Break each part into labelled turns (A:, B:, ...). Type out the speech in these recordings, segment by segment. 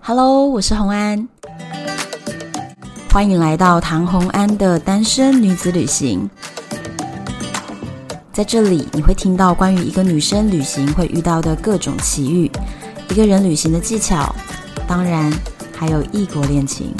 A: Hello，我是红安，欢迎来到唐红安的单身女子旅行。在这里，你会听到关于一个女生旅行会遇到的各种奇遇，一个人旅行的技巧，当然还有异国恋情。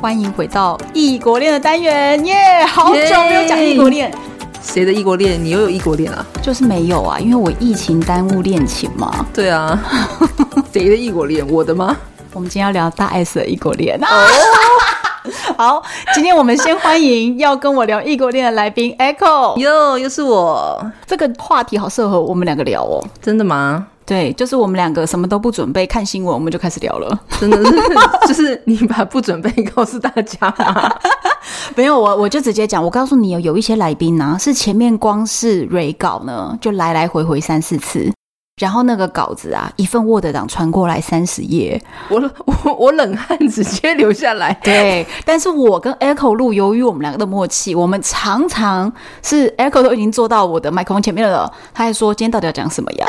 A: 欢迎回到异国恋的单元，耶、好久没有讲异国恋。
B: 谁的异国恋？你又有异国恋啊？
A: 就是没有啊，因为我疫情耽误恋情嘛。
B: 对啊， 谁的异国恋？我的吗？
A: 我们今天要聊大 S 的异国恋。 好，今天我们先欢迎要跟我聊异国恋的来宾 Echo。
B: 哟，又是我，
A: 这个话题好适合我们两个聊哦。
B: 真的吗？
A: 对，就是我们两个什么都不准备，看新闻我们就开始聊了。
B: 真的是， 就是你把不准备告诉大家 嘛。
A: 没有我，我就直接讲，我告诉你哦，有一些来宾呢、是前面光是 re 稿呢，就来来回回三四次，然后那个稿子啊，一份 Word 档传过来三十页，
B: 我我我冷汗直接流下来。
A: 对，但是我跟 Echo 录，由于我们两个的默契，我们常常是 Echo 都已经坐到我的麦克风前面了，他还说今天到底要讲什么呀？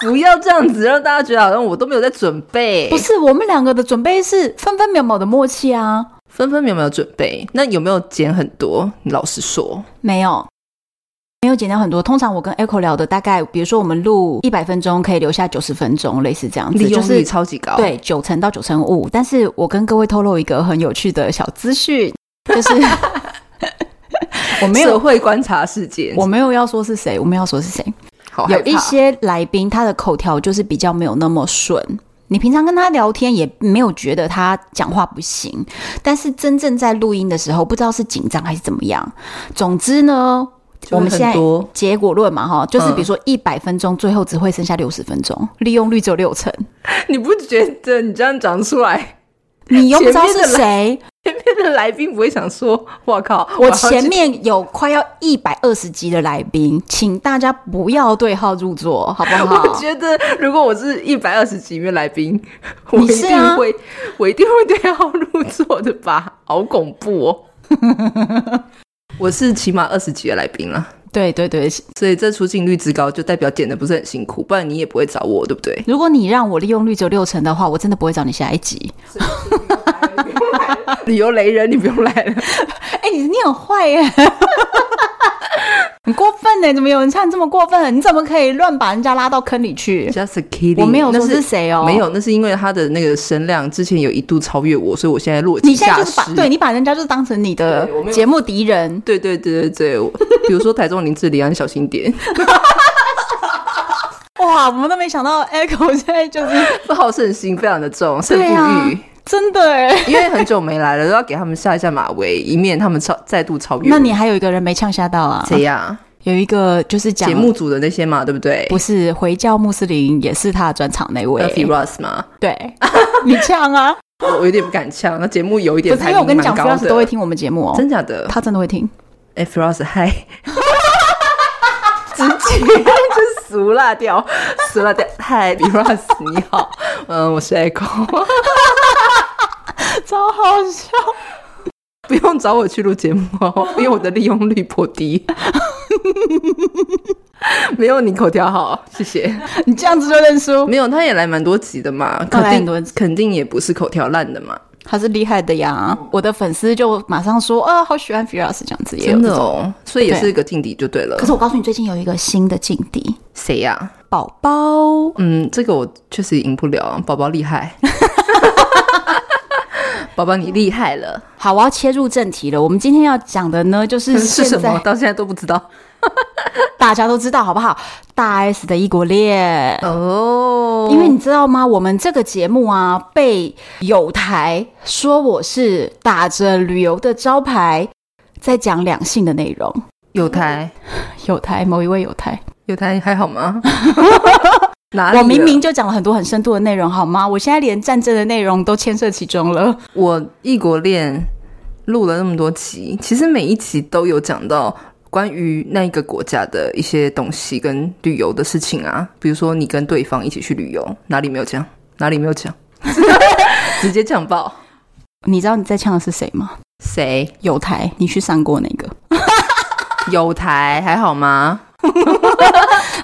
B: 不要这样子，让大家觉得好像我都没有在准备
A: 不，是，我们两个的准备是分分秒秒的默契啊，
B: 分分秒秒准备。那有没有减很多？你老实说，
A: 没有。没有减掉很多。通常我跟 Echo 聊的大概，比如说我们录一百分钟，可以留下九十分钟，类似这样子，
B: 利
A: 就
B: 用
A: 是
B: 率超级高。，
A: 对，九成到九成五。但是我跟各位透露一个很有趣的小资讯，就是 我没
B: 社
A: 有，
B: 会观察事件，
A: 我没有要说是谁，我没有要说是谁。
B: 好害
A: 有
B: 怕
A: 一些来宾，他的口条就是比较没有那么顺。你平常跟他聊天也没有觉得他讲话不行，但是真正在录音的时候，不知道是紧张还是怎么样。总之呢，
B: 就会
A: 我们现在
B: 很多
A: 结果论嘛，哈，就是
B: 嗯
A: 比如说一百分钟，最后只会剩下六十分钟，利用率只有六成。
B: 你不觉得你这样讲出来，
A: 你又不知道
B: 前面
A: 是
B: 的
A: 谁，
B: 前面的来宾不会想说“我靠”，
A: 我
B: 要去
A: 前面有快要一百二十集的来宾，请大家不要对号入座，好不好？
B: 我觉得如果我是一百二十几名来宾，我
A: 你
B: 一
A: 是
B: 定
A: 啊
B: 会，我一定会对号入座的吧？ 好恐怖 哦！我是起码二十几个来宾了，
A: 对对对，
B: 所以这出镜率之高，就代表剪的不是很辛苦，不然你也不会找我，对 不对？
A: 如果你让我利用率只有六成的话，我真的不会找你下一集。
B: 旅游雷人，你不用来 了。
A: 哎、你你很坏耶， 很过分呢！怎么有人唱这么过分？你怎么可以乱把人家拉到坑里去？
B: Just kidding，
A: 我没有
B: 那
A: 说是
B: 是
A: 谁哦，
B: 没。有，那是因为他的那个声量之前有一度超越我，所以我现在落井
A: 你现在
B: 下
A: 就是把
B: 石。
A: 对你把人家就是当成你的
B: 对我没有
A: 节目敌人，
B: 对对对对对，我比如说台中林志玲啊，你小 心点。
A: 哇！我们都没想到 Echo 现在 就是
B: 不好胜心非常的重，胜负
A: 对啊
B: 欲，
A: 真的哎。
B: 因为很久没来了，都要给他们下一下马威，以免他们超再度超越我。
A: 那你还有一个人没呛吓到啊？
B: 谁呀？
A: 有一个就是讲
B: 节目组的那些嘛，对不对
A: 不是回教穆斯林，也是他的专场那位。
B: ？Murphy Ross 嘛，
A: 对，你呛 啊？
B: 我我有点不敢呛。那节目有一
A: 不
B: 点
A: 是
B: 排
A: 因为我跟
B: 名
A: 你
B: 蛮
A: 讲 f r
B: 高
A: o s 都会
B: 的，
A: 听我们节目哦，
B: 真假的？
A: 他真的会听。
B: 哎，F Ross 嗨，直接就俗辣掉，俗辣掉。嗨，F Ross 你好，嗯，我是 Echo，
A: 超好笑！
B: 不用找我去录节目哦，因为我的利用率颇低。 没有你口条好，谢谢。
A: 你这样子就认输，
B: 没有，他也来蛮多集的嘛，
A: 他
B: 肯
A: 哦来很多
B: 定肯定也不是口条烂的嘛，
A: 他是厉害的呀！我的粉丝就马上说啊，好喜欢 Firas 这样子，也有
B: 真
A: 这
B: 的
A: 种。
B: 哦，所以也是个劲敌就对了。
A: 可是我啊告诉你，最近有一个新的劲敌
B: 谁呀、
A: 宝宝，
B: 嗯，这个我确实赢不了啊，宝宝 厉害，宝宝你厉害了，
A: 好，我要切入正题了。我们今天要讲的呢，就是
B: 是
A: 现
B: 什么？
A: 在
B: 到现在都不知道
A: 大家都知道好不好？大 S 的异国恋。
B: 哦
A: 因为你知道吗？我们这个节目啊，被有台说我是打着旅游的招牌，在讲两性的内容。
B: 有台
A: 有台某一位有台，
B: 有台还好 吗？哪里？
A: 我明明就讲了很多很深度的内容，好吗？我现在连战争的内容都牵涉其中了。
B: 我异国恋录了那么多集，其实每一集都有讲到关于那一个国家的一些东西跟旅游的事情啊，比如说你跟对方一起去旅游，哪里没有讲，哪里没有讲， 直接讲爆
A: 你知道你在呛的是谁吗？
B: 谁
A: 有台，你去上过那个，
B: 有台还好吗？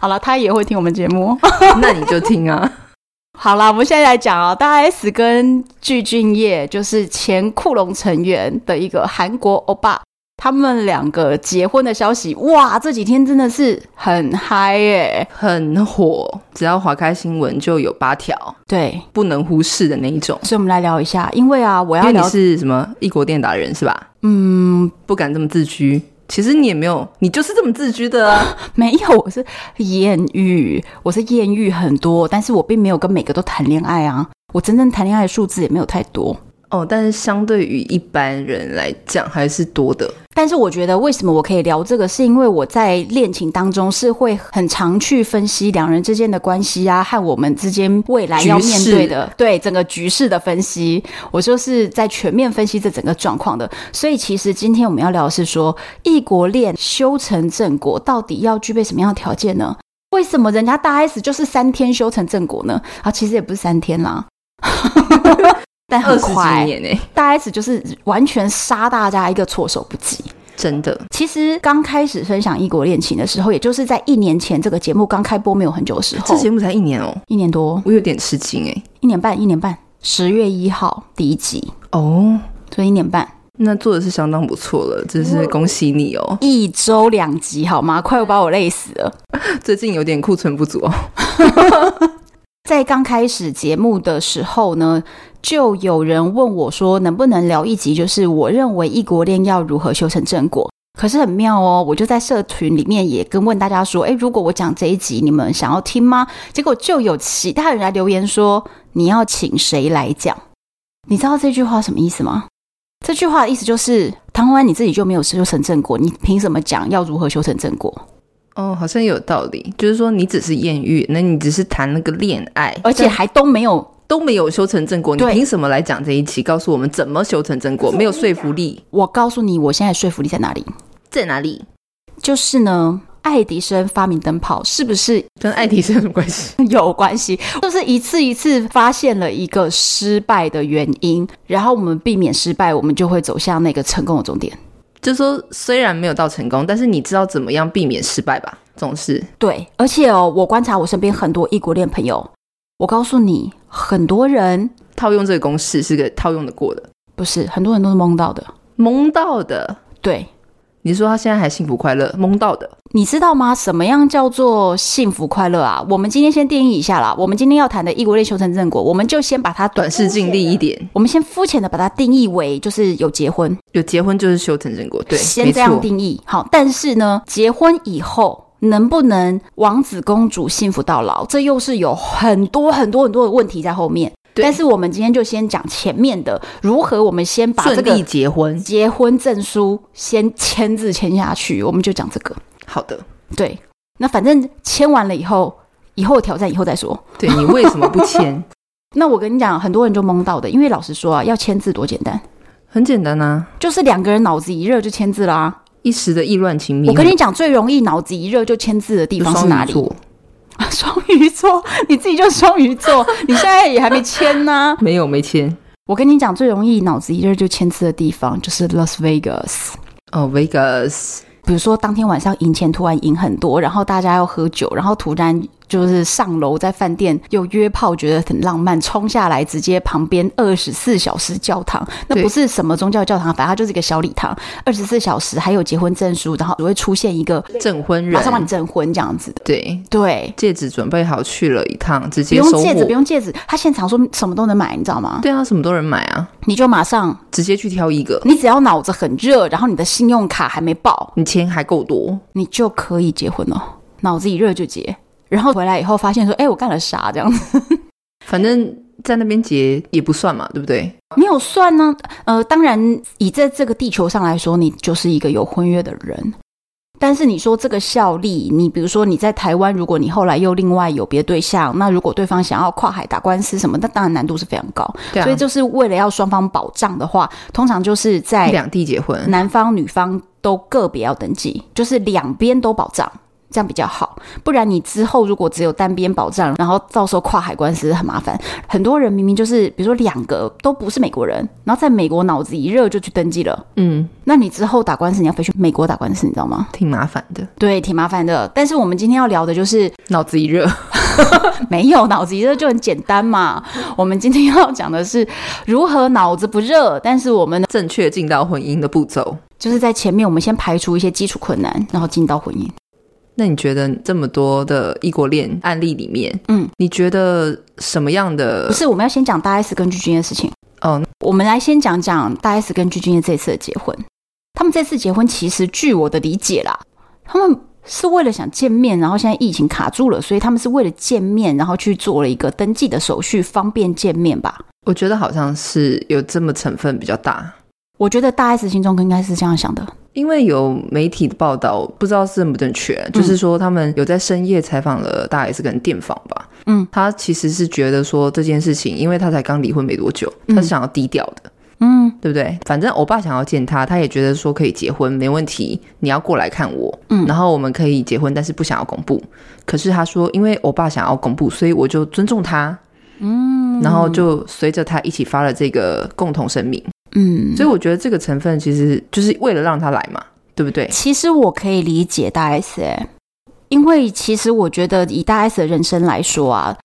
A: 好了，他也会听我们节目。哦
B: 那你就听啊。
A: 好啦，我们现在来讲啊、大 S 跟具俊晔就是前库龙成员的一个韩国欧巴，他们两个结婚的消息，哇，这几天真的是很嗨耶、
B: 很火，只要划开新闻就有八条，
A: 对，
B: 不能忽视的那一种。
A: 所以我们来聊一下，因为啊，我
B: 因
A: 要
B: 为你
A: 聊，
B: 是什么异国恋达人是吧？
A: 嗯，
B: 不敢这么自居，其实你也没有，你就是这么自居的啊。
A: 没有，我是艳遇，我是艳遇很多，但是我并没有跟每个都谈恋爱啊，我真正谈恋爱的数字也没有太多。
B: 哦，但是相对于一般人来讲还是多的。
A: 但是我觉得，为什么我可以聊这个，是因为我在恋情当中是会很常去分析两人之间的关系啊，和我们之间未来要面对的对整个局势的分析，我就是在全面分析这整个状况的。所以，其实今天我们要聊的是说，异国恋修成正果到底要具备什么样的条件呢？为什么人家大 S 就是三天修成正果呢？啊，其实也不是三天啦， 但
B: 二
A: 很
B: 十
A: 快
B: 几，年哎、
A: 大 S 就是完全杀大家一个措手不及。
B: 真的
A: 其实刚开始分享异国恋情的时候，也就是在一年前这个节目刚开播没有很久的时
B: 这
A: 候，
B: 节目才一年哦，
A: 一年多、
B: 我有点吃惊哎、
A: 一年半、一年半，十月一号第一集，
B: 哦，
A: 所以一年半，
B: 那做的是相当不错了，真是恭喜你哦。
A: 一周两集，好吗？快要把我累死了。
B: 最近有点库存不足哦。
A: 在刚开始节目的时候呢，就有人问我说，能不能聊一集，就是我认为异国恋要如何修成正果。可是很妙哦，我就在社群里面也跟问大家说，诶，如果我讲这一集，你们想要听吗？结果就有其他人来留言说，你要请谁来讲？你知道这句话什么意思吗？这句话的意思就是，唐湾你自己就没有修成正果，你凭什么讲要如何修成正果？
B: 哦，好像有道理，就是说你只是艳遇，那你只是谈了个恋爱，
A: 而且
B: 但
A: 还都没有
B: 都没有修成正果，你
A: 对
B: 凭什么来讲这一期，告诉我们怎么修成正果？没有说服力
A: 我告诉你，我现在说服力在哪里？
B: 在哪里？
A: 就是呢，爱迪生发明灯泡是不是
B: 跟爱迪生有什么关系？
A: 有关系？ 就是一次一次发现了一个失败的原因，然后我们避免失败，我们就会走向那个成功的终点。
B: 就是说虽然没有到成功，但是你知道怎么样避免失败吧？总是
A: 对，而且哦，我观察我身边很多异国恋朋友，我告诉你，很多人
B: 套用这个公式是个套用的过的，
A: 不是很多人都是蒙到的。
B: 蒙到的。
A: 对，
B: 你说他现在还幸福快乐，蒙到的。
A: 你知道吗？什么样叫做幸福快乐啊？我们今天先定义一下啦。我们今天要谈的异国恋修成正果，我们就先把它短
B: 短视近利一点，
A: 我们先肤浅的把它定义为就是有结婚，
B: 有结婚就是修成正果，对，
A: 先
B: 没
A: 这样
B: 错，
A: 定义好。但是呢，结婚以后能不能王子公主幸福到老，这又是有很多很多很多的问题在后面。
B: 对
A: 但是我们今天就先讲前面的，如何我们先把这
B: 顺利
A: 个
B: 结婚，
A: 结婚证书先签字签下去，我们就讲这个。
B: 好的。
A: 对，那反正签完了以后，以后的挑战以后再说。
B: 对你为什么不签？
A: 那我跟你讲，很多人就懵到的，因为老实说啊，要签字多简单，
B: 很简单啊，
A: 就是两个人脑子一热就签字啦、
B: 一时的意乱情迷。
A: 我跟你讲，最容易脑子一热就签字的地
B: 就
A: 方是
B: 双
A: 哪
B: 鱼
A: 里？
B: 座
A: 啊 双鱼座，你自己就双鱼座， 你现在也还没签呢、
B: 没有没签
A: 我跟你讲，最容易脑子一热就签字的地方就是 Las Vegas。
B: 哦，Vegas
A: 比如说，当天晚上赢钱突然赢很多，然后大家要喝酒，然后突然就是上楼在饭店又约炮，觉得很浪漫，冲下来直接旁边二十四小时教堂，那
B: 对
A: 不是什么宗教教堂，反正它就是一个小礼堂，二十四小时还有结婚证书，然后只会出现一个
B: 证婚
A: 马上帮你
B: 人，
A: 证婚这样子的，
B: 对，
A: 对。
B: 戒指准备好去了一趟，直
A: 不
B: 接
A: 用
B: 收
A: 戒指，不
B: 获。
A: 用戒指，他现场说什么都能买，你知道吗？
B: 对啊，什么多人买啊，
A: 你就马上，
B: 直接去挑一个，
A: 你只要脑子很热，然后你的信用卡还没爆，
B: 你钱还够多，
A: 你就可以结婚了。脑子一热就结，然后回来以后发现说，哎，我干了啥？这样子
B: 反正在那边结也不算嘛，对不对？
A: 没有算呢。呃，当然，以在这个地球上来说，你就是一个有婚约的人。但是你说这个效力，你比如说你在台湾，如果你后来又另外有别对象，那如果对方想要跨海打官司什么，那当然难度是非常高。
B: 对啊，
A: 所以就是为了要双方保障的话，通常就是在
B: 两地结婚，
A: 男方女方都个别要登记，就是两边都保障。这样比较好。不然你之后如果只有单边保障，然后到时候跨海关其实很麻烦。很多人明明就是，比如说两个都不是美国人，然后在美国脑子一热就去登记了，
B: 嗯，
A: 那你之后打官司你要飞去美国打官司，你知道吗？
B: 挺麻烦的，
A: 对，挺麻烦的。但是我们今天要聊的就是
B: 脑子一热，
A: 没有脑子一热就很简单嘛。我们今天要讲的是如何脑子不热，但是我们
B: 正确进到婚姻的步骤。
A: 就是在前面我们先排除一些基础困难，然后进到婚姻。
B: 那你觉得这么多的异国恋案例里面，
A: 嗯，
B: 你觉得什么样的
A: 不是，我们要先讲大 S 跟鞠婧祎的事情。
B: 哦？
A: 我们来先讲讲大 S 跟鞠婧祎这次的结婚。他们这次结婚，其实据我的理解啦，他们是为了想见面，然后现在疫情卡住了，所以他们是为了见面，然后去做了一个登记的手续，方便见面吧。
B: 我觉得好像是有这么成分比较大，
A: 我觉得大 S 心中应该是这样想的，
B: 因为有媒体的报道，不知道是正不正确，就是说他们有在深夜采访了大 S 跟电访吧。
A: 嗯，
B: 他其实是觉得说这件事情，因为他才刚离婚没多久，
A: 嗯
B: 他是想要低调的，
A: 嗯
B: 对不对？反正欧巴想要见他，他也觉得说可以结婚没问题，你要过来看我，
A: 嗯
B: 然后我们可以结婚，但是不想要公布。可是他说，因为欧巴想要公布，所以我就尊重他。嗯，然后就随着他一起发了这个共同声明，
A: 嗯。
B: 所以我觉得这个成分其实就是为了让他来嘛，对不对？
A: 其实我可以理解大 S 哎、因为其实我觉得以大 S 的人生来说啊，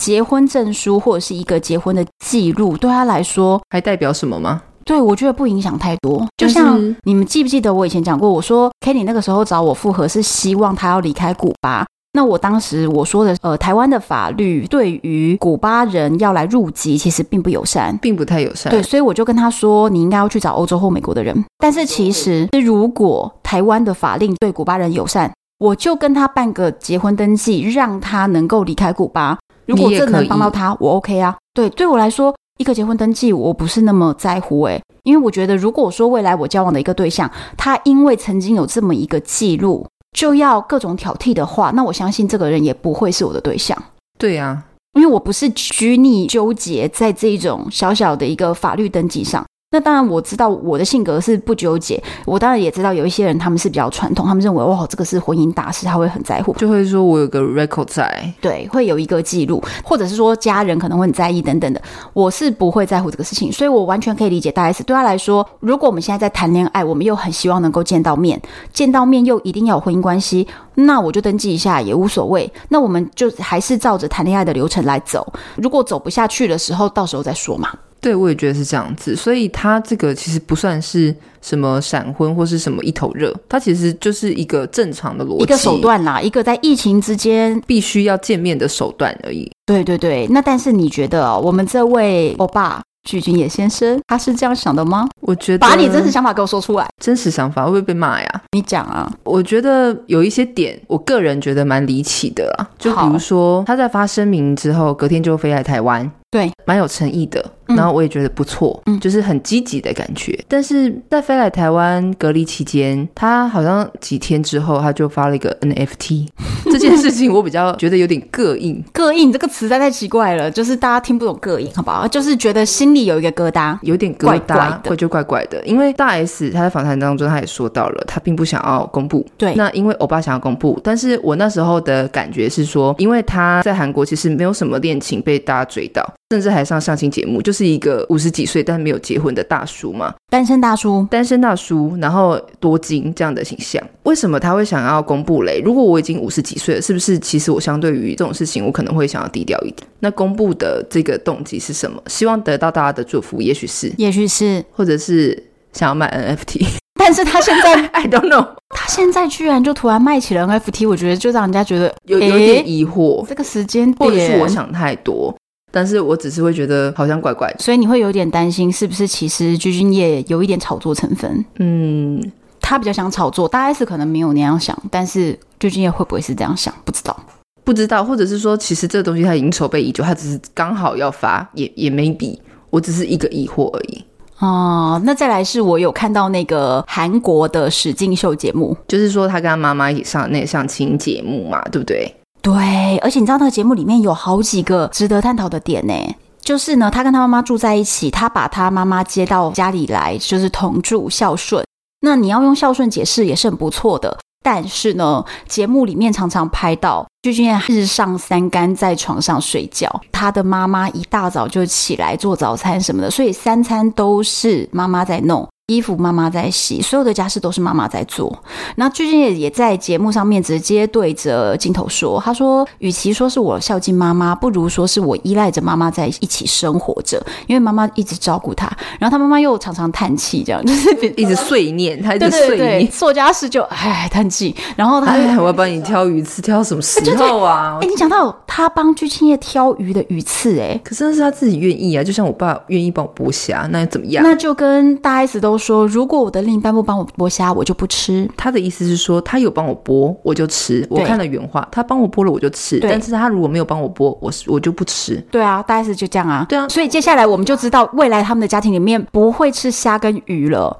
A: 结婚证书或者是一个结婚的记录，对他来说，
B: 还代表什么吗？
A: 对我觉得不影响太多。就
B: 但是
A: 像你们记不记得我以前讲过，我说 Kenny 那个时候找我复合是希望他要离开古巴。那我当时我说的，呃，台湾的法律对于古巴人要来入籍其实并不友善，
B: 并不太友善。
A: 对，，所以我就跟他说，你应该要去找欧洲或美国的人。但是其实，如果台湾的法令对古巴人友善，我就跟他办个结婚登记，让他能够离开古巴。如果
B: 你也
A: 这
B: 可
A: 能
B: 以
A: 帮到他，我 OK 啊。对，对我来说，一个结婚登记我不是那么在乎诶、因为我觉得，如果说未来我交往的一个对象，他因为曾经有这么一个记录，就要各种挑剔的话，那我相信这个人也不会是我的对象。
B: 对啊，
A: 因为我不是拘泥纠结在这一种小小的一个法律登记上。那当然，我知道我的性格是不纠结，我当然也知道有一些人他们是比较传统，他们认为哇，这个是婚姻大事，他会很在乎，
B: 就会说我有个 record 在，
A: 对，会有一个记录，或者是说家人可能会很在意等等的。我是不会在乎这个事情，所以我完全可以理解大 S。对他来说，如果我们现在在谈恋爱，我们又很希望能够见到面，见到面又一定要有婚姻关系，那我就登记一下也无所谓。那我们就还是照着谈恋爱的流程来走。如果走不下去的时候，到时候再说嘛。
B: 对我也觉得是这样子。所以他这个其实不算是什么闪婚或是什么一头热，他其实就是一个正常的逻辑，
A: 一个手，段啦，一个在疫情之间，
B: 必须要见面的手段而已。
A: 对对对。那但是你觉得哦、我们这位欧巴具俊野先生，他是这样想的吗？
B: 我觉得
A: 把你真实想法给我说出来，
B: 真实想法会不会被骂呀？
A: 你讲啊。
B: 我觉得有一些点，我个人觉得蛮离奇的啦。就比
A: 好
B: 如说，他在发声明之后，隔天就飞来台湾，
A: 对，
B: 蛮有诚意的。
A: 嗯
B: 然后我也觉得不错，
A: 嗯
B: 就是很积极的感觉。但是在飞来台湾隔离期间，他好像几天之后，他就发了一个 NFT，这件事情我比较觉得有点膈应。
A: 膈应这个词实在太奇怪了，就是大家听不懂膈应，好不好？就是觉得心里有一个疙瘩。
B: 有点疙
A: 怪
B: 瘩，
A: 怪的
B: 我就怪怪的。因为大 S 她在访谈当中，她也说到了，她并不想要公布。
A: 对
B: 那因为欧巴想要公布，但是我那时候的感觉是说，因为她在韩国其实没有什么恋情被大家追到，甚至还上相亲节目，就是一个五十几岁但没有结婚的大叔嘛，
A: 单身大叔，
B: 单身大叔，然后多金这样的形象。为什么他会想要公布嘞？如果我已经五十几岁了，是不是其实我相对于这种事情，我可能会想要低调一点？那公布的这个动机是什么？希望得到大家的祝福，也许是。
A: 也许 是，
B: 或者是想要买 NFT。
A: 但是他现在
B: I don't know，
A: 他现在居然就突然卖起了 NFT，我觉得就让人家觉得
B: 有有
A: 诶
B: 点疑惑，
A: 这个时间
B: 或者是
A: 点
B: 我，想太多，但是我只是会觉得好像怪怪的。
A: 所以你会有点担心，是不是其实鞠婧祎有一点炒作成分？
B: 嗯，
A: 他比较想炒作，大 S 可能没有那样想，但是鞠婧祎会不会是这样想？不知道。
B: 不知道，或者是说，其实这个东西它已经筹备已久，它只是刚好要发，也也 maybe，我只是一个疑惑而已。
A: 哦，那再来是我有看到那个韩国的史劲秀节目，
B: 就是说，他跟他妈妈一起上那个相亲节目嘛，对不对？
A: 对，而且你知道那个节目里面有好几个值得探讨的点呢。就是呢，他跟他妈妈住在一起，他把他妈妈接到家里来，就是同住孝顺。那你要用孝顺解释也是很不错的，但是呢，节目里面常常拍到具俊晔日上三竿在床上睡觉，他的妈妈一大早就起来做早餐什么的，所以三餐都是妈妈在弄。衣服妈妈在洗，所有的家事都是妈妈在做。那具俊晔也在节目上面直接对着镜头说：“他说，与其说是我孝敬妈妈，不如说是我依赖着妈妈在一起生活着，因为妈妈一直照顾他。然后他妈妈又常常叹气，这样就是
B: 一直碎念，他一
A: 对
B: 直
A: 对
B: 碎
A: 对，
B: 念。
A: 做家事就唉叹气，然后他就。
B: 哎，我要帮你挑鱼刺，挑到什么时候啊
A: 哎、？你讲到他帮具青叶挑鱼的鱼刺、哎，
B: 可是那是他自己愿意啊，就像我爸愿意帮我剥虾，那又怎么样？
A: 那就跟大 S 都说，如果我的另一半不帮我剥虾，我就不吃。
B: 他的意思是说，他有帮我剥，我就吃。我看了原话，他帮我剥了我就吃，
A: 对
B: 但是他如果没有帮我剥，我是我就 不吃。
A: 对啊，大 S 就这样啊。
B: 对啊
A: 所以接下来我们就知道，未来他们的家庭里面不会吃虾跟鱼了，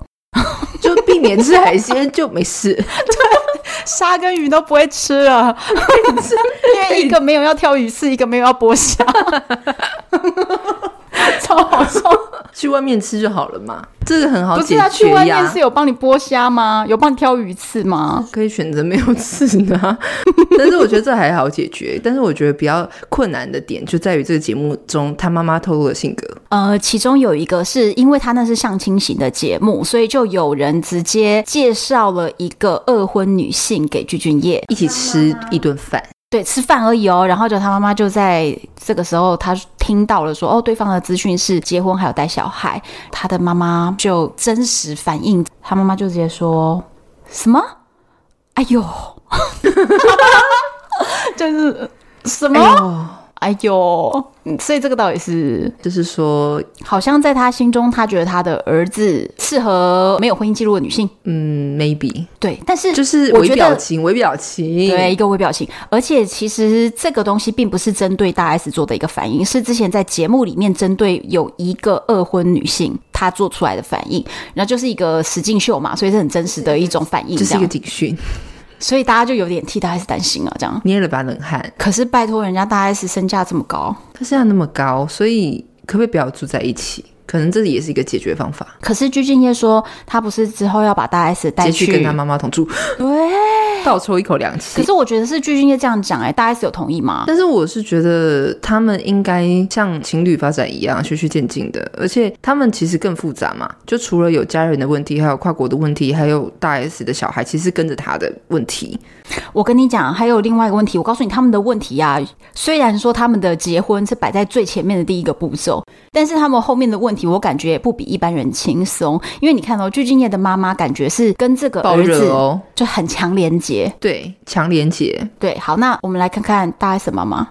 B: 就避免吃海鲜就没事。
A: 虾跟鱼都不会吃 了，因为一个没有要挑鱼刺，一个没有要剥虾， 超好笑。
B: 去外面吃就好了嘛，这个很好
A: 不
B: 解
A: 是啊，去
B: 决
A: 外面
B: 呀
A: 是。有帮你剥虾吗？有帮你挑鱼刺吗？
B: 可以选择没有吃的啊、 但是我觉得这还好解决。但是我觉得比较困难的点就在于这个节目中，他妈妈透露的性格。
A: 呃，其中有一个是因为他那是相亲型的节目，所以就有人直接介绍了一个二婚女性给具俊晔，
B: 一起吃一顿饭，
A: 对，吃饭而已哦。然后就他妈妈就在这个时候，他听到了说，哦，对方的资讯是结婚还有带小孩，他的妈妈就真实反应，他妈妈就直接说什么？哎呦， 就是呃什么？
B: 哦，
A: 哎呦，嗯所以这个到底是
B: 就是说，
A: 好像在他心中，他觉得他的儿子适合没有婚姻记录的女性。
B: 嗯，maybe
A: 对，但是
B: 就是
A: 我
B: 微
A: 觉
B: 表
A: 得。
B: 情，微表情，
A: 对，一个微表情，而且其实这个东西并不是针对大 S 做的一个反应，是之前在节目里面针对有一个二婚女性她做出来的反应，然后就是一个实境秀嘛，所以是很真实的一种反应，
B: 就
A: 这
B: 是一
A: 样，
B: 个警讯，
A: 所以大家就有点替大 S 担心啊，这样。
B: 捏了把冷汗。
A: 可是拜托，人家大 S 身价这么高，
B: 他现在那么高，所以可不可以不要住在一起？可能这也是一个解决方法。
A: 可是鞠婧祎说她不是之后要把大 S 带
B: 直接去跟他妈妈同住，
A: 对，
B: 倒抽一口凉气
A: 可。是我觉得是鞠婧祎这样讲、哎，大 S 有同意吗？
B: 但是我是觉得他们应该像情侣发展一样循序渐进的，而且他们其实更复杂嘛，就除了有家人的问题，还有跨国的问题，还有大 S 的小孩，其实跟着他的问题。
A: 我跟你讲，还有另外一个问题，我告诉你他们的问题啊。虽然说他们的结婚是摆在最前面的第一个步骤，但是他们后面的问题，我感觉也不比一般人轻松。因为你看哦，鞠婧祎的妈妈感觉是跟这个
B: 爆
A: 儿
B: 热
A: 子
B: 哦，
A: 就很强连结。
B: 对，强连结，
A: 对，好，那我们来看看大 S 妈妈。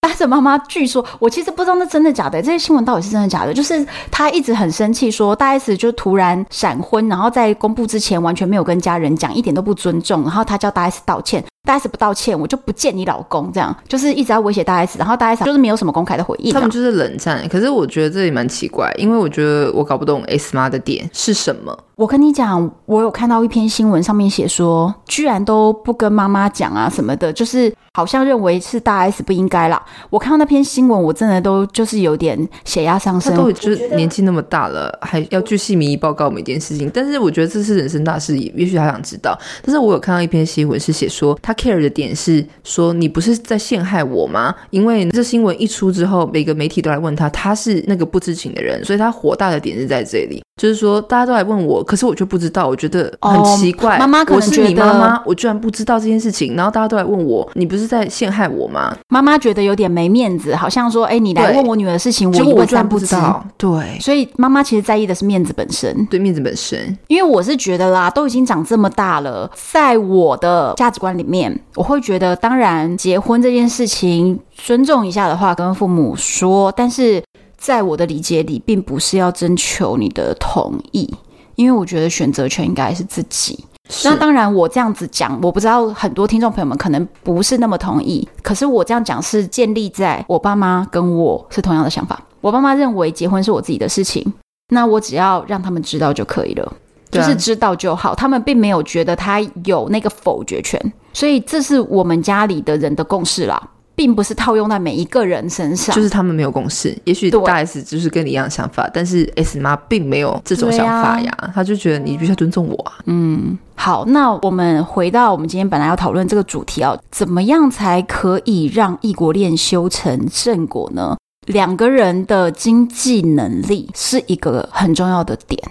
A: 大 S 妈妈据说，我其实不知道那真的假的，这些新闻到底是真的假的？就是她一直很生气，说大 S 就突然闪婚，然后在公布之前完全没有跟家人讲，一点都不尊重，然后她叫大 S 道歉，大 S 不道歉，我就不见你老公，这样就是一直在威胁大 S，然后大 S 就是没有什么公开的回应、
B: 他
A: 啊
B: 们。就是冷战。可是我觉得这也蛮奇怪，因为我觉得我搞不懂 S 妈的点是什么。
A: 我跟你讲，我有看到一篇新闻，上面写说，居然都不跟妈妈讲啊什么的，就是好像认为是大 S 不应该啦。我看到那篇新闻，我真的都就是有点血压上
B: 他
A: 升。
B: 都就是年纪那么大了，还要据细民意报告每件事情，但是我觉得这是人生大事，也许他想知道。但是我有看到一篇新闻是写说，他 care 的点是说你不是在陷害我吗？因为这新闻一出之后，每个媒体都来问他，他是那个不知情的人，所以他火大的点是在这里，就是说大家都来问我，可是我却不知道，我觉得很
A: 哦
B: 奇怪。
A: 妈妈可能
B: 我是你
A: 觉得
B: 妈妈，我居然不知道这件事情，然后大家都来问我，你不是在陷害我吗？
A: 妈妈觉得有点没面子，好像说，哎，你来
B: 对
A: 问我女儿的事情，
B: 结
A: 我
B: 果
A: 一
B: 我
A: 问
B: 居然
A: 三
B: 不
A: 不
B: 知
A: 知。
B: 道，对
A: 所以妈妈其实在意的是面子本身，
B: 对，面子本身。
A: 因为我是觉得啦，都已经长这么大了，在我的价值观里面，我会觉得，当然结婚这件事情，尊重一下的话，跟父母说，但是在我的理解里，并不是要征求你的同意。因为我觉得选择权应该是自己。那
B: 是
A: 当然，我这样子讲，我不知道很多听众朋友们可能不是那么同意。可是我这样讲是建立在我爸妈跟我是同样的想法。我爸妈认为结婚是我自己的事情，那我只要让他们知道就可以了，就
B: 对啊
A: 是知道就好。他们并没有觉得他有那个否决权，所以这是我们家里的人的共识啦。并不是套用在每一个人身上。
B: 就是他们没有共识。也许
A: 对
B: 大 S 就是跟你一样的想法，但是 S 妈并没有这种想法呀，
A: 啊
B: 她就觉得你必须要尊重我啊。
A: 嗯好，那我们回到我们今天本来要讨论这个主题哦，怎么样才可以让异国恋修成正果呢？两个人的经济能力是一个很重要的点。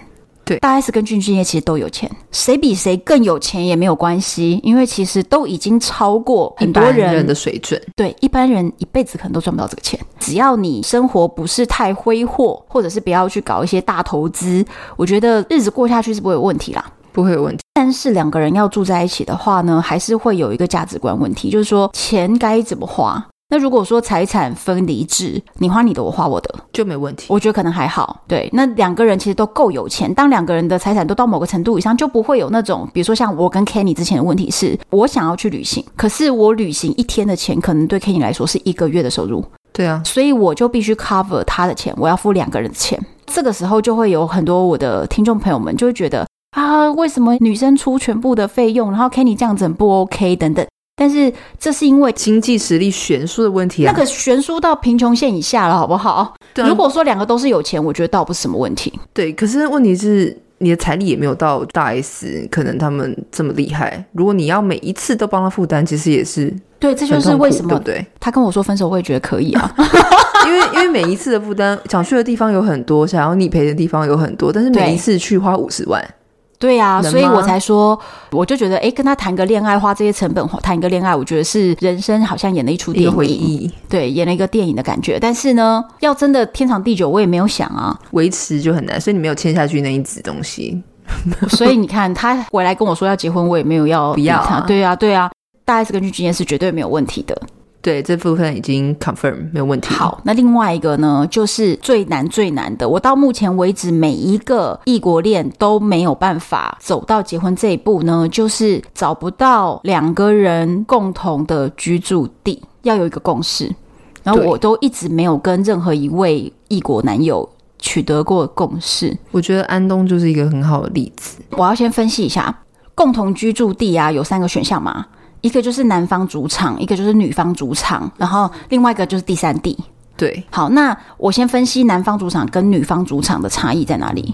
B: 对
A: 大 S 跟俊俊业其实都有钱，谁比谁更有钱也没有关系，因为其实都已经超过很多
B: 一般人的水准，
A: 对，一般人一辈子可能都赚不到这个钱。只要你生活不是太挥霍，或者是不要去搞一些大投资，我觉得日子过下去是不会有问题啦。
B: 不会有问题。
A: 但是两个人要住在一起的话呢，还是会有一个价值观问题，就是说钱该怎么花。那如果说财产分离制，你花你的，我花我的，
B: 就没问题。
A: 我觉得可能还好。对，那两个人其实都够有钱，当两个人的财产都到某个程度以上，就不会有那种，比如说像我跟 Kenny 之前的问题是，我想要去旅行，可是我旅行一天的钱，可能对 Kenny 来说是一个月的收入，
B: 对啊，
A: 所以我就必须 cover 他的钱，我要付两个人的钱。这个时候就会有很多我的听众朋友们就会觉得啊，为什么女生出全部的费用，然后 Kenny 这样子很不 OK 等等。但是这是因为
B: 经济实力悬殊的问题
A: 那
B: 啊。
A: 个悬殊到贫穷线以下了，好不好？
B: 对啊
A: 如果说两个都是有钱，我觉得倒不是什么问题。
B: 对，可是问题是你的财力也没有到大 S 可能他们这么厉害。如果你要每一次都帮他负担，其实也是
A: 对，这
B: 这
A: 就是为什
B: 对
A: 么
B: 不对？
A: 他跟我说分手，我也觉得可以 啊。
B: 因为因为每一次的负担，想去的地方有很多，想要理赔的地方有很多，但是每
A: 对
B: 一次去花五十万，
A: 对啊，
B: 能吗
A: 所以我才说，我就觉得，哎，跟他谈个恋爱，花这些成本谈一个恋爱，我觉得是人生好像演了一出
B: 一
A: 电
B: 个回
A: 影，
B: 忆
A: 对，演了一个电影的感觉。但是呢，要真的天长地久，我也没有想 啊。
B: 维持就很难，所以你没有签下去那一纸东西。
A: 所以你看，他回来跟我说要结婚，我也没有要
B: 不要啊
A: 理他对啊，对啊。大 S 跟具俊晔是绝对没有问题 的。
B: 对，这部分已经 confirm 没有问题。
A: 好，那另外一个呢，就是最难最难的。我到目前为止，每一个异国恋都没有办法走到结婚这一步呢，就是找不到两个人共同的居住地，要有一个共识。然后
B: 对
A: 我都一直没有跟任何一位异国男友取得过共识。
B: 我觉得安东就是一个很好的例子。
A: 我要先分析一下共同居住地啊，有三个选项嘛，一个就是男方主场，一个就是女方主场，然后另外一个就是第三地。
B: 对，
A: 好，那我先分析男方主场跟女方主场的差异在哪里。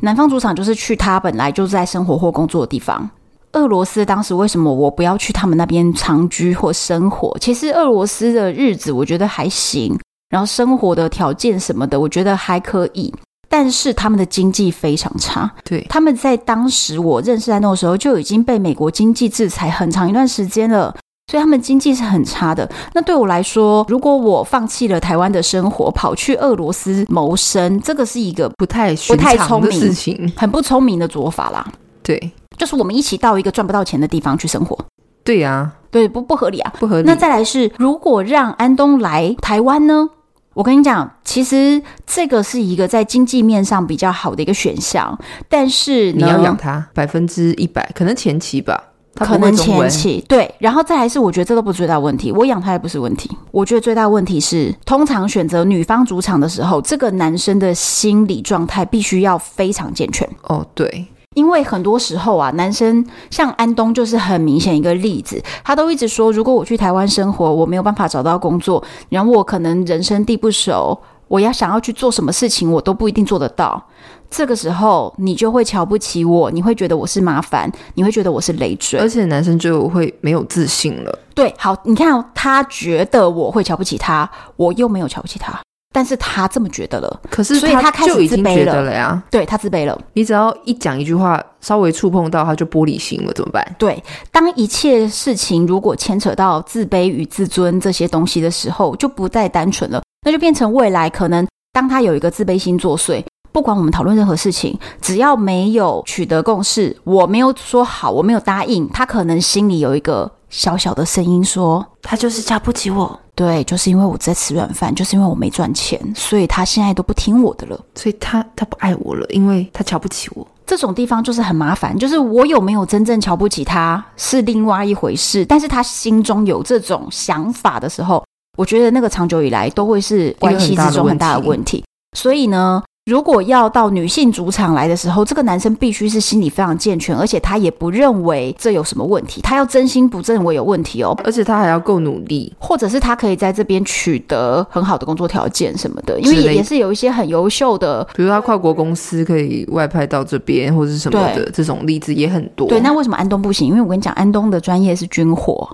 A: 男方主场就是去他本来就在生活或工作的地方。俄罗斯当时为什么我不要去他们那边长居或生活？其实俄罗斯的日子我觉得还行，然后生活的条件什么的，我觉得还可以。但是他们的经济非常差，
B: 对
A: 他们在当时我认识安东的时候就已经被美国经济制裁很长一段时间了，所以他们经济是很差的。那对我来说，如果我放弃了台湾的生活，跑去俄罗斯谋生，这个是一个
B: 不太寻
A: 不太
B: 常
A: 聪
B: 的
A: 明
B: 事情。
A: 很不聪明的做法啦。
B: 对，
A: 就是我们一起到一个赚不到钱的地方去生活，
B: 对呀、
A: 对，不不合理啊。
B: 不合理。
A: 那再来是，如果让安东来台湾呢？我跟你讲，其实这个是一个在经济面上比较好的一个选项，但是
B: 你
A: 呢，
B: 要养它百分之一百，可能前期吧，它
A: 可
B: 不会
A: 能
B: 中
A: 前
B: 文，
A: 期对，然后再来是，我觉得这都不是最大的问题，我养他也不是问题。我觉得最大的问题是，通常选择女方主场的时候，这个男生的心理状态必须要非常健全。
B: 哦，对，
A: 因为很多时候啊，男生像安东就是很明显一个例子，他都一直说，如果我去台湾生活，我没有办法找到工作，然后我可能人生地不熟，我要想要去做什么事情，我都不一定做得到。这个时候，你就会瞧不起我，你会觉得我是麻烦，你会觉得我是累赘
B: 而。且男生就会没有自信了。
A: 对，好，你看、哦，他觉得我会瞧不起他，我又没有瞧不起他，但是他这么觉得了，
B: 可是
A: 所以他开始
B: 就已经
A: 自卑
B: 觉
A: 了
B: 得了呀，
A: 对他自卑了。
B: 你只要一讲一句话，稍微触碰到他就玻璃心了，怎么办？
A: 对，呃当一切事情如果牵扯到自卑与自尊这些东西的时候，就不再单纯了，那就变成未来可能当他有一个自卑心作祟。不管我们讨论任何事情，只要没有取得共识，我没有说好，我没有答应，他可能心里有一个小小的声音说：“
B: 他就是瞧不起我，
A: 对，就是因为我在吃软饭，就是因为我没赚钱，所以他现在都不听我的了。
B: 所以他他不爱我了，因为他瞧不起我。
A: 这种地方就是很麻烦，就是我有没有真正瞧不起他是另外一回事，但是他心中有这种想法的时候，我觉得那个长久以来都会是关系之中很大的问题。所以呢，如果要到女性主场来的时候，这个男生必须是心理非常健全，而且他也不认为这有什么问题，他要真心不认为有问题哦，
B: 而且他还要够努力，
A: 或者是他可以在这边取得很好的工作条件什么的，因为
B: 之类
A: 也
B: 的
A: 也是有一些很优秀的。
B: 比如他跨国公司可以外派到这边或者是什么
A: 对
B: 的，这种例子也很多。
A: 对，那为什么安东不行？因为我跟你讲，安东的专业是军火，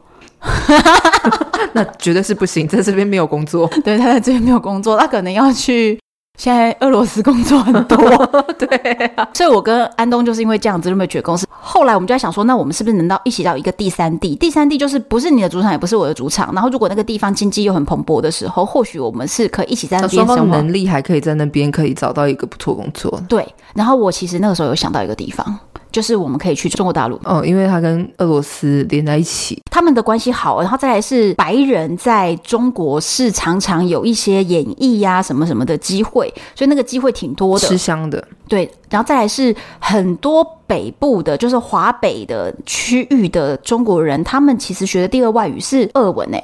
B: 那绝对是不行， 在这边没有工作。
A: 对，他在这边没有工作，他可能要去。现在俄罗斯工作很 多，啊
B: 对，
A: 所以我跟安东就是因为这样子就没有决公司。后来我们就在想说，那我们是不是能到一起到一个第三地？第三地就是不是你的主场，也不是我的主场。然后如果那个地方经济又很蓬勃的时候，或许我们是可以一起在 那边
B: 哦双方
A: 生活。
B: 能力还可以在那边可以找到一个不错工作。
A: 对，然后我其实那个时候有想到一个地方，就是我们可以去中国大陆，
B: 哦，因为他跟俄罗斯连在一起，
A: 他们的关系好，然后再来是白人在中国是常常有一些演艺呀、什么什么的机会，所以那个机会挺多的。
B: 吃香的。
A: 对，然后再来是很多北部的，就是华北的区域的中国人，他们其实学的第二外语是俄文诶，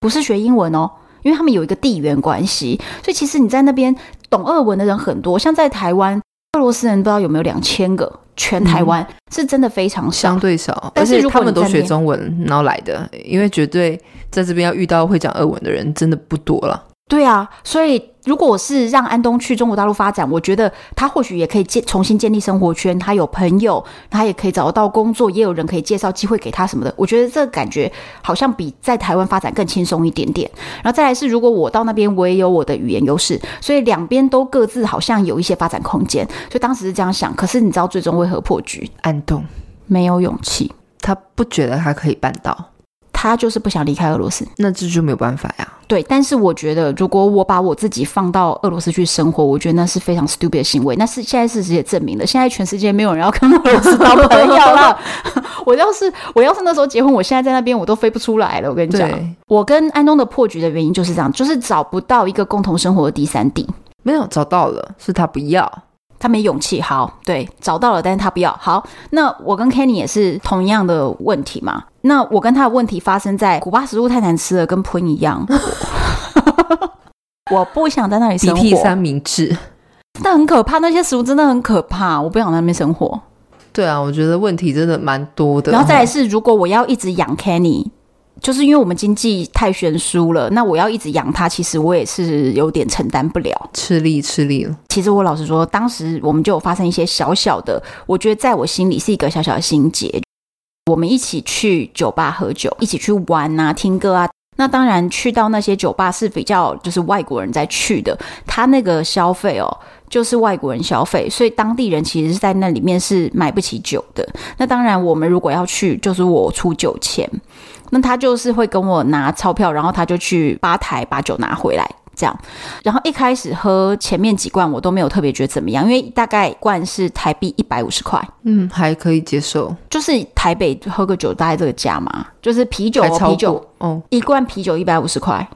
A: 不是学英文哦，因为他们有一个地缘关系，所以其实你在那边懂俄文的人很多，像在台湾，俄罗斯人不知道有没有两千个，全台湾、是真的非常少
B: 相。对少，
A: 但
B: 而
A: 是
B: 且
A: 如果
B: 他们
A: 你在
B: 都
A: 那
B: 学
A: 边
B: 中文然后来的，因为绝对在这边要遇到会讲俄文的人真的不多了。
A: 对啊，所以如果是让安东去中国大陆发展，我觉得他或许也可以建重新建立生活圈，他有朋友，他也可以找得到工作，也有人可以介绍机会给他什么的。我觉得这个感觉好像比在台湾发展更轻松一点点。然后再来是，如果我到那边，我也有我的语言优势，所以两边都各自好像有一些发展空间。所以当时是这样想，可是你知道最终为何破局？
B: 安东
A: 没有勇气，
B: 他不觉得他可以办到，
A: 他就是不想离开俄罗斯。
B: 那这就没有办法呀。
A: 对，但是我觉得，如果我把我自己放到俄罗斯去生活，我觉得那是非常 stupid 的行为。那是现在事实也证明了，现在全世界没有人要跟俄罗斯当朋友了。 我要是我要是那时候结婚，我现在在那边我都飞不出来了。我跟你讲，
B: 对，
A: 我跟安东的破局的原因就是这样，就是找不到一个共同生活的第三地。
B: 没有找到了，是他不要。
A: 他没勇气，好，对，找到了，但是他不要。好，那我跟 Kenny 也是同样的问题嘛。那我跟他的问题发生在古巴食物太难吃了，跟喷一样。 我不想在那里
B: 鼻
A: 生
B: 涕
A: 活，
B: 三明治，
A: 那很可怕，那些食物真的很可怕，我不想在那边生活。
B: 对啊，我觉得问题真的蛮多的。嗯
A: 然后再来是，如果我要一直养 Kenny，就是因为我们经济太悬殊了，那我要一直养他，其实我也是有点承担不了。
B: 吃力吃力了，
A: 其实我老实说，当时我们就有发生一些小小的，我觉得在我心里是一个小小的心结。我们一起去酒吧喝酒，一起去玩啊，听歌啊。那当然，去到那些酒吧是比较就是外国人在去的，他那个消费哦，就是外国人消费，所以当地人其实是在那里面是买不起酒的。那当然，我们如果要去，就是我出酒钱，那他就是会跟我拿钞票，然后他就去吧台把酒拿回来，这样。然后一开始喝前面几罐我都没有特别觉得怎么样，因为大概一罐是台币一百五十块，
B: 嗯，还可以接受，
A: 就是台北喝个酒大概这个价嘛，就是啤酒
B: 还
A: 哦
B: 超
A: 啤酒
B: 过哦，
A: 一罐啤酒一百五十块，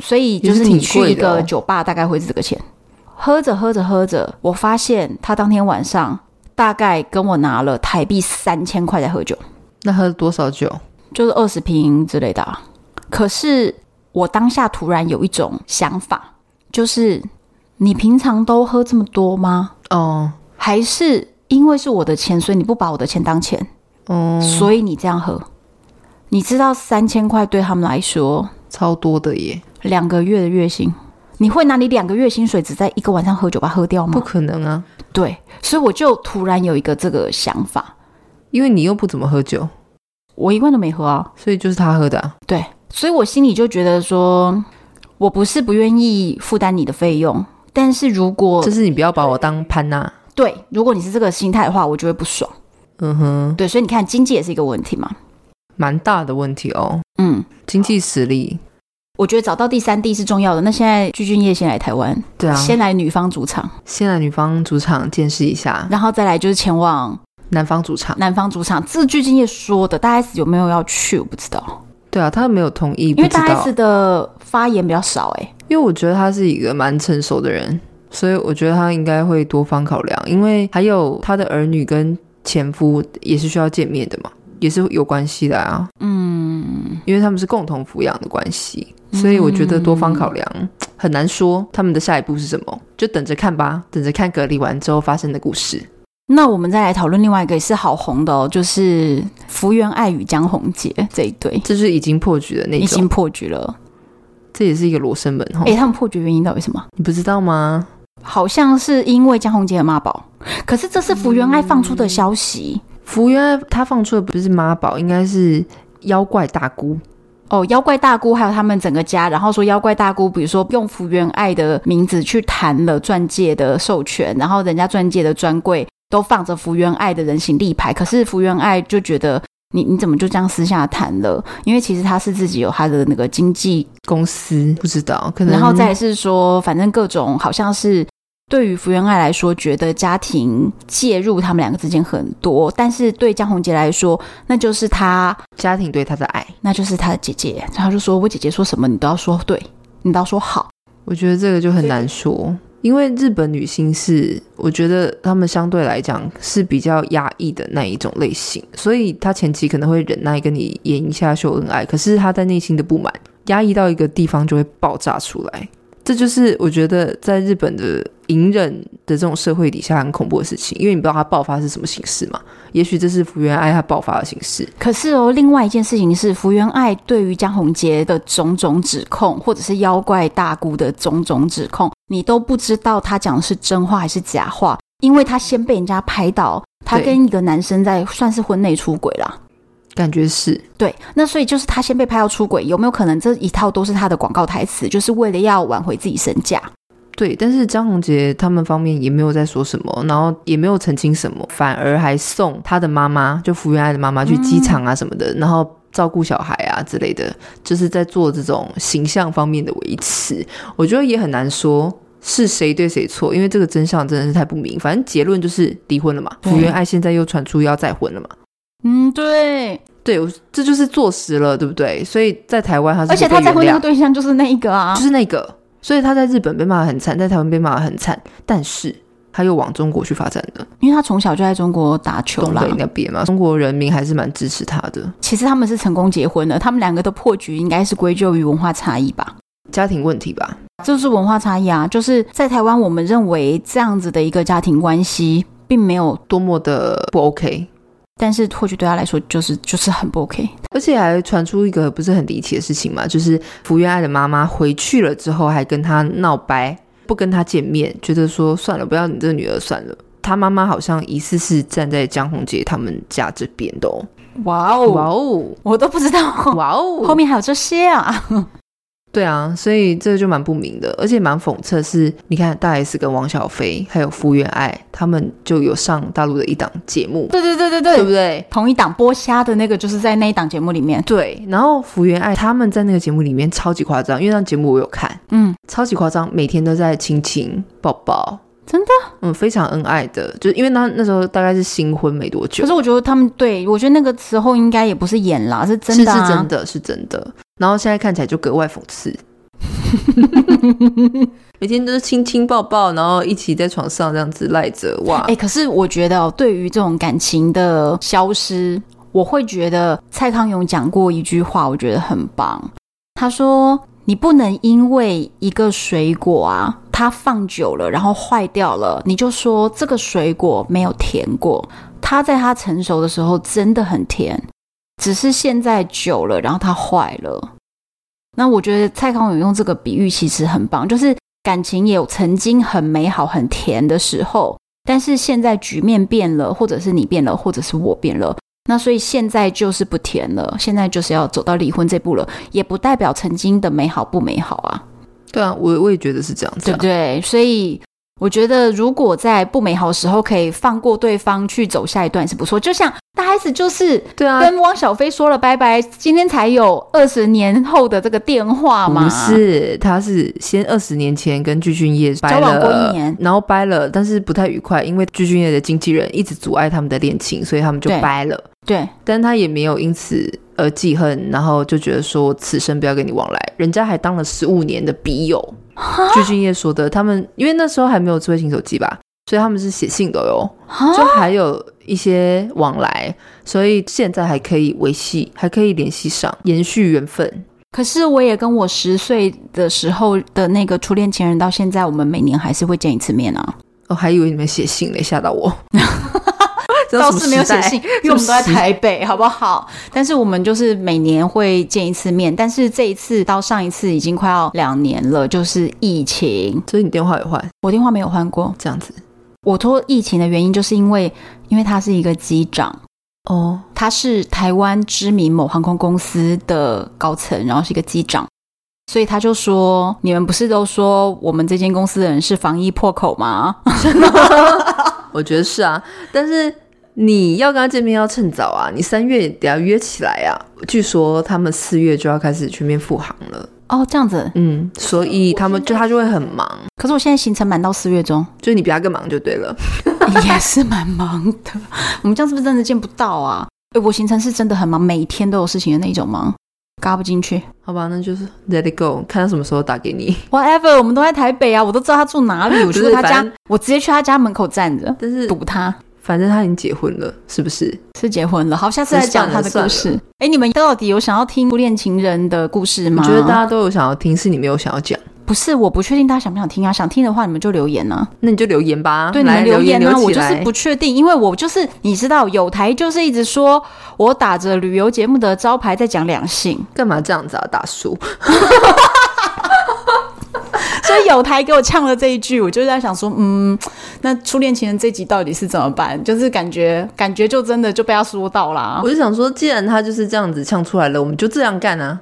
A: 所以
B: 也
A: 就是是你去一
B: 挺贵的
A: 个
B: 哦
A: 酒吧大概会是这个钱。喝着喝着喝着，我发现他当天晚上大概跟我拿了台币三千块在喝酒，
B: 那喝多少酒？
A: 就是二十瓶之类的啊。可是我当下突然有一种想法，就是你平常都喝这么多吗？
B: 哦
A: 还是因为是我的钱，所以你不把我的钱当钱，
B: 哦，
A: 所以你这样喝？你知道三千块对他们来说
B: 超多的耶，
A: 两个月的月薪，你会拿你两个月薪水只在一个晚上喝酒吧喝掉
B: 不
A: 吗？
B: 可能啊，
A: 对，所以我就突然有一个这个想法，
B: 因为你又不怎么喝酒，
A: 我一罐都没喝啊，
B: 所以就是他喝的、啊。
A: 对，所以我心里就觉得说，我不是不愿意负担你的费用，但是如果
B: 就是你不要把我当潘娜。
A: 对，如果你是这个心态的话，我就会不爽。
B: 嗯哼，
A: 对，所以你看，经济也是一个问题嘛，
B: 蛮大的问题哦，
A: 嗯。
B: 经济实力。
A: 我觉得找到第三地是重要的。那现在鞠俊业先来台湾，
B: 对啊，
A: 先来女方主场，
B: 先来女方主场见识一下
A: 然后再来就是前往
B: 男方主场。
A: 男方主场。这是鞠俊业说的，大 S 有没有要去？我不知道，
B: 对啊，他没有同意，
A: 因为
B: 不知
A: 大
B: 道
A: S，的发言比较少、欸，哎，
B: 因为我觉得他是一个蛮成熟的人，所以我觉得他应该会多方考量，因为还有他的儿女跟前夫也是需要见面的嘛，也是有关系的啊。嗯，因为他们是共同抚养的关系，所以我觉得多方考量很很难说他们的下一步是什么，就等着看吧，等着看隔离完之后发生的故事。
A: 那我们再来讨论另外一个也是好红的哦，就是福原爱与江宏杰这一对
B: 这是已经破局的那
A: 已经哎
B: 种，哦
A: 破局了。
B: 这也是一个罗生门哈、
A: 诶，他们破局原因到底是什么？
B: 你不知道吗？
A: 好像是因为江宏杰的妈宝，可是这是福原爱放出的消息、
B: 福原爱她放出的不是妈宝，应该是妖怪大姑。
A: 哦。妖怪大姑还有他们整个家，然后说妖怪大姑，比如说用福原爱的名字去谈了钻戒的授权，然后人家钻戒的专柜都放着福原爱的人形立牌，可是福原爱就觉得。你你怎么就这样私下谈了？因为其实他是自己有他的那个经济
B: 公司不知道，可能
A: 然后再来是说，反正各种好像是对于福原爱来说，觉得家庭介入他们两个之间很多，但是对江宏杰来说，那就是他，
B: 家庭对她的爱，
A: 那就是他的姐姐。然后他就说我姐姐说什么，你都要说对，你都要说好。
B: 我觉得这个就很难说，因为日本女性是，我觉得她们相对来讲是比较压抑的那一种类型，所以她前期可能会忍耐跟你演一下秀恩爱，可是她在内心的不满压抑到一个地方就会爆炸出来，这就是我觉得在日本的隐忍的这种社会底下很恐怖的事情，因为你不知道她爆发是什么形式嘛，也许这是福原爱她爆发的形式，
A: 可是哦，另外一件事情是，福原爱对于江宏杰的种种指控，或者是妖怪大姑的种种指控，你都不知道他讲的是真话还是假话，因为他先被人家拍到，他
B: 对
A: 跟一个男生在算是婚内出轨啦。
B: 感觉是
A: 对，那所以就是他先被拍到出轨，有没有可能这一套都是他的广告台词，就是为了要挽回自己身价？
B: 对，但是张宏杰他们方面也没有在说什么，然后也没有澄清什么，反而还送他的妈妈，就福原爱的妈妈去机场啊什么的，然后照顾小孩啊之类的，就是在做这种形象方面的维持。我觉得也很难说是谁对谁错，因为这个真相真的是太不明。反正结论就是离婚了嘛，
A: 对
B: 福原爱现在又传出要再婚了嘛。
A: 嗯，对，
B: 对，我这就是坐实了，对不对？所以在台湾他是
A: 而且
B: 不被
A: 他再婚那
B: 原谅
A: 个对象就是那一个啊
B: 就，是那个，所以他在日本被骂得很惨，在台湾被骂得很惨，但是他又往中国去发展的，
A: 因为他从小就在中国打球
B: 东
A: 啦
B: 北。那边嘛，中国人民还是蛮支持他的，
A: 其实他们是成功结婚了，他们两个的破局应该是归咎于文化差异吧。
B: 家庭问题吧，
A: 就是文化差异啊，就是在台湾，我们认为这样子的一个家庭关系并没有，
B: 多么的不 OK，
A: 但是或许对他来说就是就是很不 OK。
B: 而且还传出一个不是很离奇的事情嘛，就是福原爱的妈妈回去了之后还跟他闹掰，不跟他见面，觉得说算了，不要你这个女儿算了。他妈妈好像疑似是站在江宏杰他们家这边的哦，
A: 哇
B: 哇哦，
A: 我都不知道
B: 哇哦，
A: 后面还有这些啊。
B: 对啊，所以这个就蛮不明的，而且蛮讽刺的是，你看大 S 跟王小飞还有福原爱，他们就有上大陆的一档节目，
A: 对对对对
B: 对不对？
A: 同一档剥虾的那个，就是在那一档节目里面，
B: 对，然后福原爱他们在那个节目里面超级夸张，因为那节目我有看，
A: 嗯，
B: 超级夸张，每天都在亲亲抱抱，
A: 真的。
B: 嗯，非常恩爱的，就是因为那那时候大概是新婚没多久
A: 可，是我觉得他们对我觉得那个时候应该也不是演啦，是真的、啊，
B: 是是真的，是真的。然后现在看起来就格外讽 刺，每天都是亲亲抱抱，然后一起在床上这样子赖着，哇
A: 哎、，可是我觉得、哦，对于这种感情的消失，我会觉得蔡康永讲过一句话，我觉得很棒。他说：“你不能因为一个水果啊，它放久了然后坏掉了，你就说这个水果没有甜过。它在它成熟的时候真的很甜，只是现在久了，然后它坏了。”那我觉得蔡康永用这个比喻其实很棒，就是感情也有曾经很美好、很甜的时候，但是现在局面变了，或者是你变了，或者是我变了，那所以现在就是不甜了，现在就是要走到离婚这步了，也不代表曾经的美好不美好啊，
B: 对啊，我我也觉得是这样子、
A: 对
B: 啊
A: 不，对？所以我觉得，如果在不美好的时候可以放过对方去走下一段是不错，就像大 S 就是。
B: 对啊，
A: 跟汪小菲说了拜拜，今天才有二十年后的这个电话嘛？
B: 不，是，他是先二十年前跟具俊晔掰
A: 交往过
B: 了，
A: 一年
B: 然后掰了，但是不太愉快，因为具俊晔的经纪人一直阻碍他们的恋情，所以他们就
A: 对
B: 掰了。
A: 对，
B: 但他也没有因此而记恨，然后就觉得说此生不要跟你往来。人家还当了十五年的笔友，鞠俊业说的。他们因为那时候还没有智慧型手机吧，所以他们是写信的哟，
A: 啊
B: 就还有一些往来，所以现在还可以维系，还可以联系上，延续缘分。
A: 可是我也跟我十岁的时候的那个初恋情人，到现在我们每年还是会见一次面啊。
B: 我、哦还以为你们写信嘞，吓到 我。这
A: 倒
B: 叫什么
A: 是没有
B: 时代
A: 写 信，因为我们都在
B: 这么时
A: 台北，好不好？但是我们就是每年会见一次面，但是这一次到上一次已经快要两年了，就是疫情，
B: 所以你电话也换
A: 我电话没有换过。
B: 这样子
A: 我拖疫情的原因，就是因为因为他是一个机长，
B: 哦。
A: 他是台湾知名某航空公司的高层，然后是一个机长，所以他就说：“你们不是都说我们这间公司的人是防疫破口吗？”
B: 我觉得是啊，但是你要跟他见面要趁早啊，你三月得要约起来啊。据说他们四月就要开始全面复航了，
A: 哦，这样子。
B: 嗯，所以他们就他就会很忙，
A: 可是我现在行程满到四月中，
B: 就你比他更忙就对了。
A: 也是蛮忙的。我们这样是不是真的见不到啊？哎，我行程是真的很忙，每天都有事情的那一种忙，嘎不进去。
B: 好吧，那就是 let it go，看他什么时候打给你。
A: Whatever，我们都在台北啊，我都知道他住哪里，我去
B: 不是
A: 他
B: 反
A: 家
B: 正，
A: 我直接去他家门口站着
B: 但是
A: 堵他。
B: 反正他已经结婚了，是不是？
A: 是结婚了，好，下次再讲他的故
B: 算
A: 事。哎，你们到底有想要听初恋情人的故事
B: 我
A: 吗？
B: 觉得大家都有想要听，是你没有想要讲，
A: 不是，我不确定大家想不想听啊。想听的话，你们就留言啊。
B: 那你就留言吧。
A: 对，你
B: 来
A: 们留
B: 言
A: 啊，
B: 留
A: 我
B: 起
A: 就是
B: 来
A: 不。确定，因为我就是你知道，有台就是一直说我打着旅游节目的招牌在讲两性，
B: 干嘛这样子啊，大叔？
A: 所以有台给我呛了这一句，我就在想说，嗯，那初恋情人这集到底是怎么办？就是感觉感觉就真的就被他说到啦。
B: 我就想说，既然他就是这样子呛出来了，我们就这样干 啊，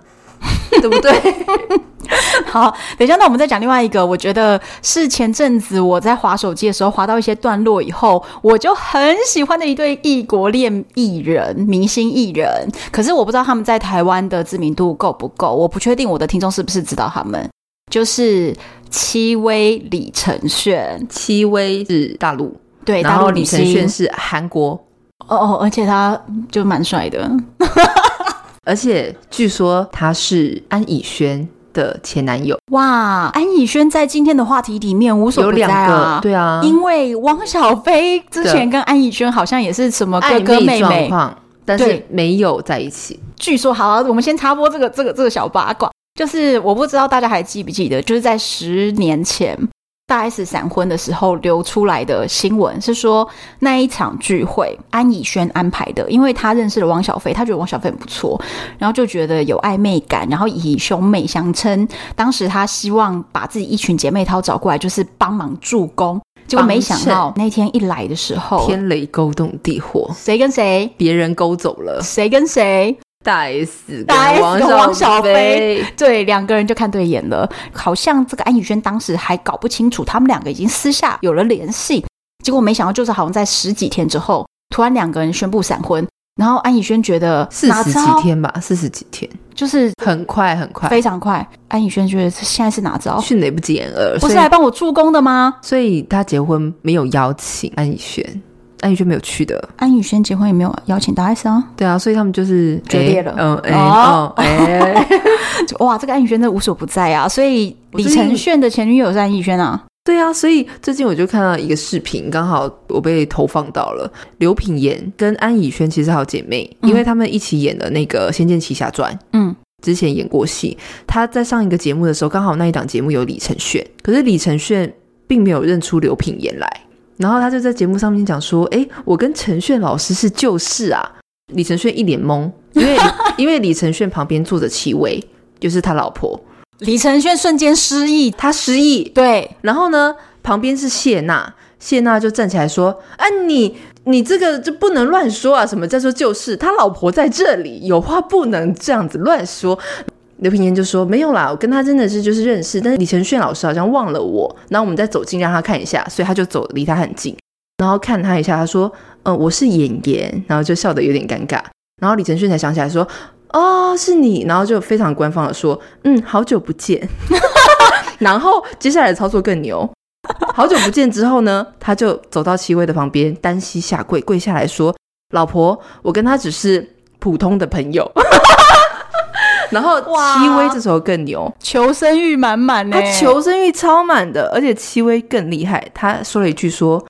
B: 对不对？
A: 好，等一下，那我们再讲另外一个，我觉得是前阵子我在划手机的时候划到一些段落以后，我就很喜欢的一对异国恋艺人、明星艺人，可是我不知道他们在台湾的知名度够不够，我不确定我的听众是不是知道他们，就是戚薇、李承铉，
B: 戚薇是大陆，
A: 对，
B: 然
A: 大
B: 后
A: 陆
B: 李
A: 明
B: 承铉
A: 星，
B: 是韩国，
A: 哦哦，而且他就蛮帅的，
B: 而且据说他是安以轩的前男友，
A: 哇，安以轩在今天的话题里面无所
B: 有
A: 不在
B: 两个
A: 啊，，
B: 对啊，
A: 因为汪小菲之前跟安以轩好像也是什么哥
B: 暧
A: 哥
B: 昧
A: 妹
B: 状
A: 妹，
B: 况，但是
A: 对
B: 没有在一起。
A: 据说好、啊我们先插播这个这个这个小八卦，就是我不知道大家还记不记得，就是在十年前大 S 闪婚的时候流出来的新闻是说那一场聚会安以轩安排的，因为他认识了汪小菲，他觉得汪小菲很不错，然后就觉得有暧昧感，然后以兄妹相称。当时他希望把自己一群姐妹淘找过来，就是帮忙助攻。结果没想到那天一来的时候，
B: 天雷勾动地火，
A: 谁跟谁，
B: 别人勾走了
A: 谁跟谁，
B: 大 S
A: 大 S
B: 王
A: 跟王小
B: 菲，
A: 对，两个人就看对眼了。好像这个安以轩当时还搞不清楚，他们两个已经私下有了联系，结果没想到就是好像在十几天之后，突然两个人宣布闪婚。然后安以轩觉得
B: 四
A: 哪
B: 十
A: 招
B: 几天吧，四十几天，
A: 就是啊
B: 很快很快，
A: 非常快。安以轩觉得这现在是哪招？
B: 迅雷不及掩耳，
A: 不
B: 所
A: 是啊
B: 以
A: 来帮我助攻的吗？
B: 所以他结婚没有邀请安以轩，安以轩没有去的，
A: 安以轩结婚也没有邀请大 S 啊！
B: 对啊，所以他们就是
A: 决裂了
B: 嗯，哎、
A: 哦
B: 嗯，哎、
A: 就哇，这个安以轩真的无所不在啊！所以
B: 我
A: 李
B: 最近
A: 承铉的前女友是安以轩啊，
B: 对啊，所以最近我就看到一个视频，刚好我被投放到了刘品言跟安以轩其实好姐妹，因为他们一起演的那个《仙剑奇侠传》。
A: 嗯，
B: 之前演过戏，她在上一个节目的时候，刚好那一档节目有李承铉，可是李承铉并没有认出刘品言来，然后他就在节目上面讲说：“诶，我跟陈铉老师是旧识啊。”李承铉一脸懵，因为 因为李承铉旁边坐着戚薇，就是他老婆，
A: 李承铉瞬间失忆，
B: 他失忆，
A: 对，
B: 然后呢，旁边是谢娜，谢娜就站起来说：“啊，你你这个就不能乱说啊！什么叫做就是？他老婆在这里，有话不能这样子乱说。”刘品言就说：“没有啦，我跟他真的是就是认识，但是李承铉老师好像忘了我。然后我们再走近让他看一下，所以他就走离他很近，然后看他一下，他说：‘呃，我是演员。’然后就笑得有点尴尬。然后李承铉才想起来说：‘哦，是你。’然后就非常官方的说：‘嗯，好久不见。’ 然后接下来的操作更牛。好久不见之后呢，他就走到戚薇的旁边，单膝下跪，跪下来说：“老婆，我跟他只是普通的朋友。” 然后
A: 哇
B: 戚薇这时候更牛，
A: 求生欲满满呢、
B: 她求生欲超满的，而且戚薇更厉害，她说了一句说。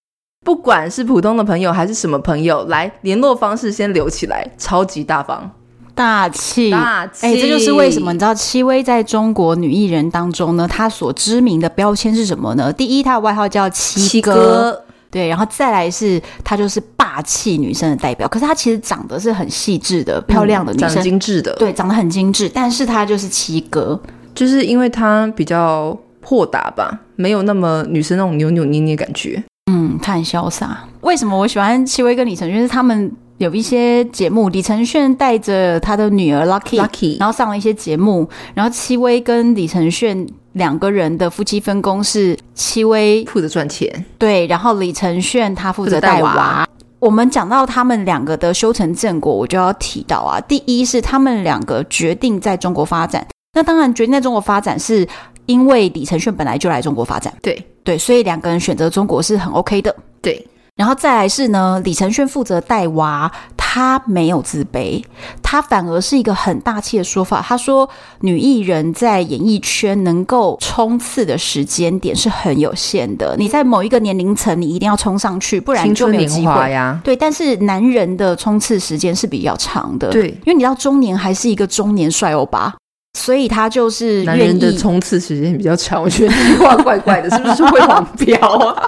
B: 不管是普通的朋友还是什么朋友，来联络方式先留起来，超级大方。
A: 大气，
B: 大气
A: 哎、这就是为什么你知道戚薇在中国女艺人当中呢，她所知名的标签是什么呢？第一，她的外号叫戚
B: 七
A: 哥，
B: 哥
A: 对，然后再来是她就是霸气女生的代表。可是她其实长得是很细致的、漂亮的女
B: 嗯长
A: 生，
B: 精致的，，
A: 对，长得很精致，但是她就是戚哥，
B: 就是因为她比较豁达吧，没有那么女生那种扭扭捏捏感觉。
A: 嗯，她很潇洒。为什么我喜欢戚薇跟李承铉？是他们有一些节目，李承铉带着他的女儿 Lucky。
B: Lucky，
A: 然后上了一些节目，然后戚薇跟李承铉两个人的夫妻分工是戚薇
B: 负责赚钱，
A: 对，然后李承铉他负责
B: 负责带
A: 带娃。
B: 娃
A: 我们讲到他们两个的修成正果，我就要提到啊，第一是他们两个决定在中国发展，那当然决定在中国发展是因为李承铉本来就来中国发展，
B: 对
A: 对，所以两个人选择中国是很 OK 的。
B: 对，
A: 然后再来是呢，李承铉负责带娃，他没有自卑，他反而是一个很大气的说法。他说，女艺人在演艺圈能够冲刺的时间点是很有限的，你在某一个年龄层，你一定要冲上去，不然
B: 青
A: 就
B: 春
A: 没有
B: 年
A: 机
B: 华
A: 会。
B: 呀，
A: 对，但是男人的冲刺时间是比较长的，，
B: 对，
A: 因为你到中年还是一个中年帅欧巴，所以他就是
B: 男
A: 愿
B: 人的
A: 意。
B: 冲刺时间比较长，我觉得 这句话怪怪的，是不是会黄标 啊？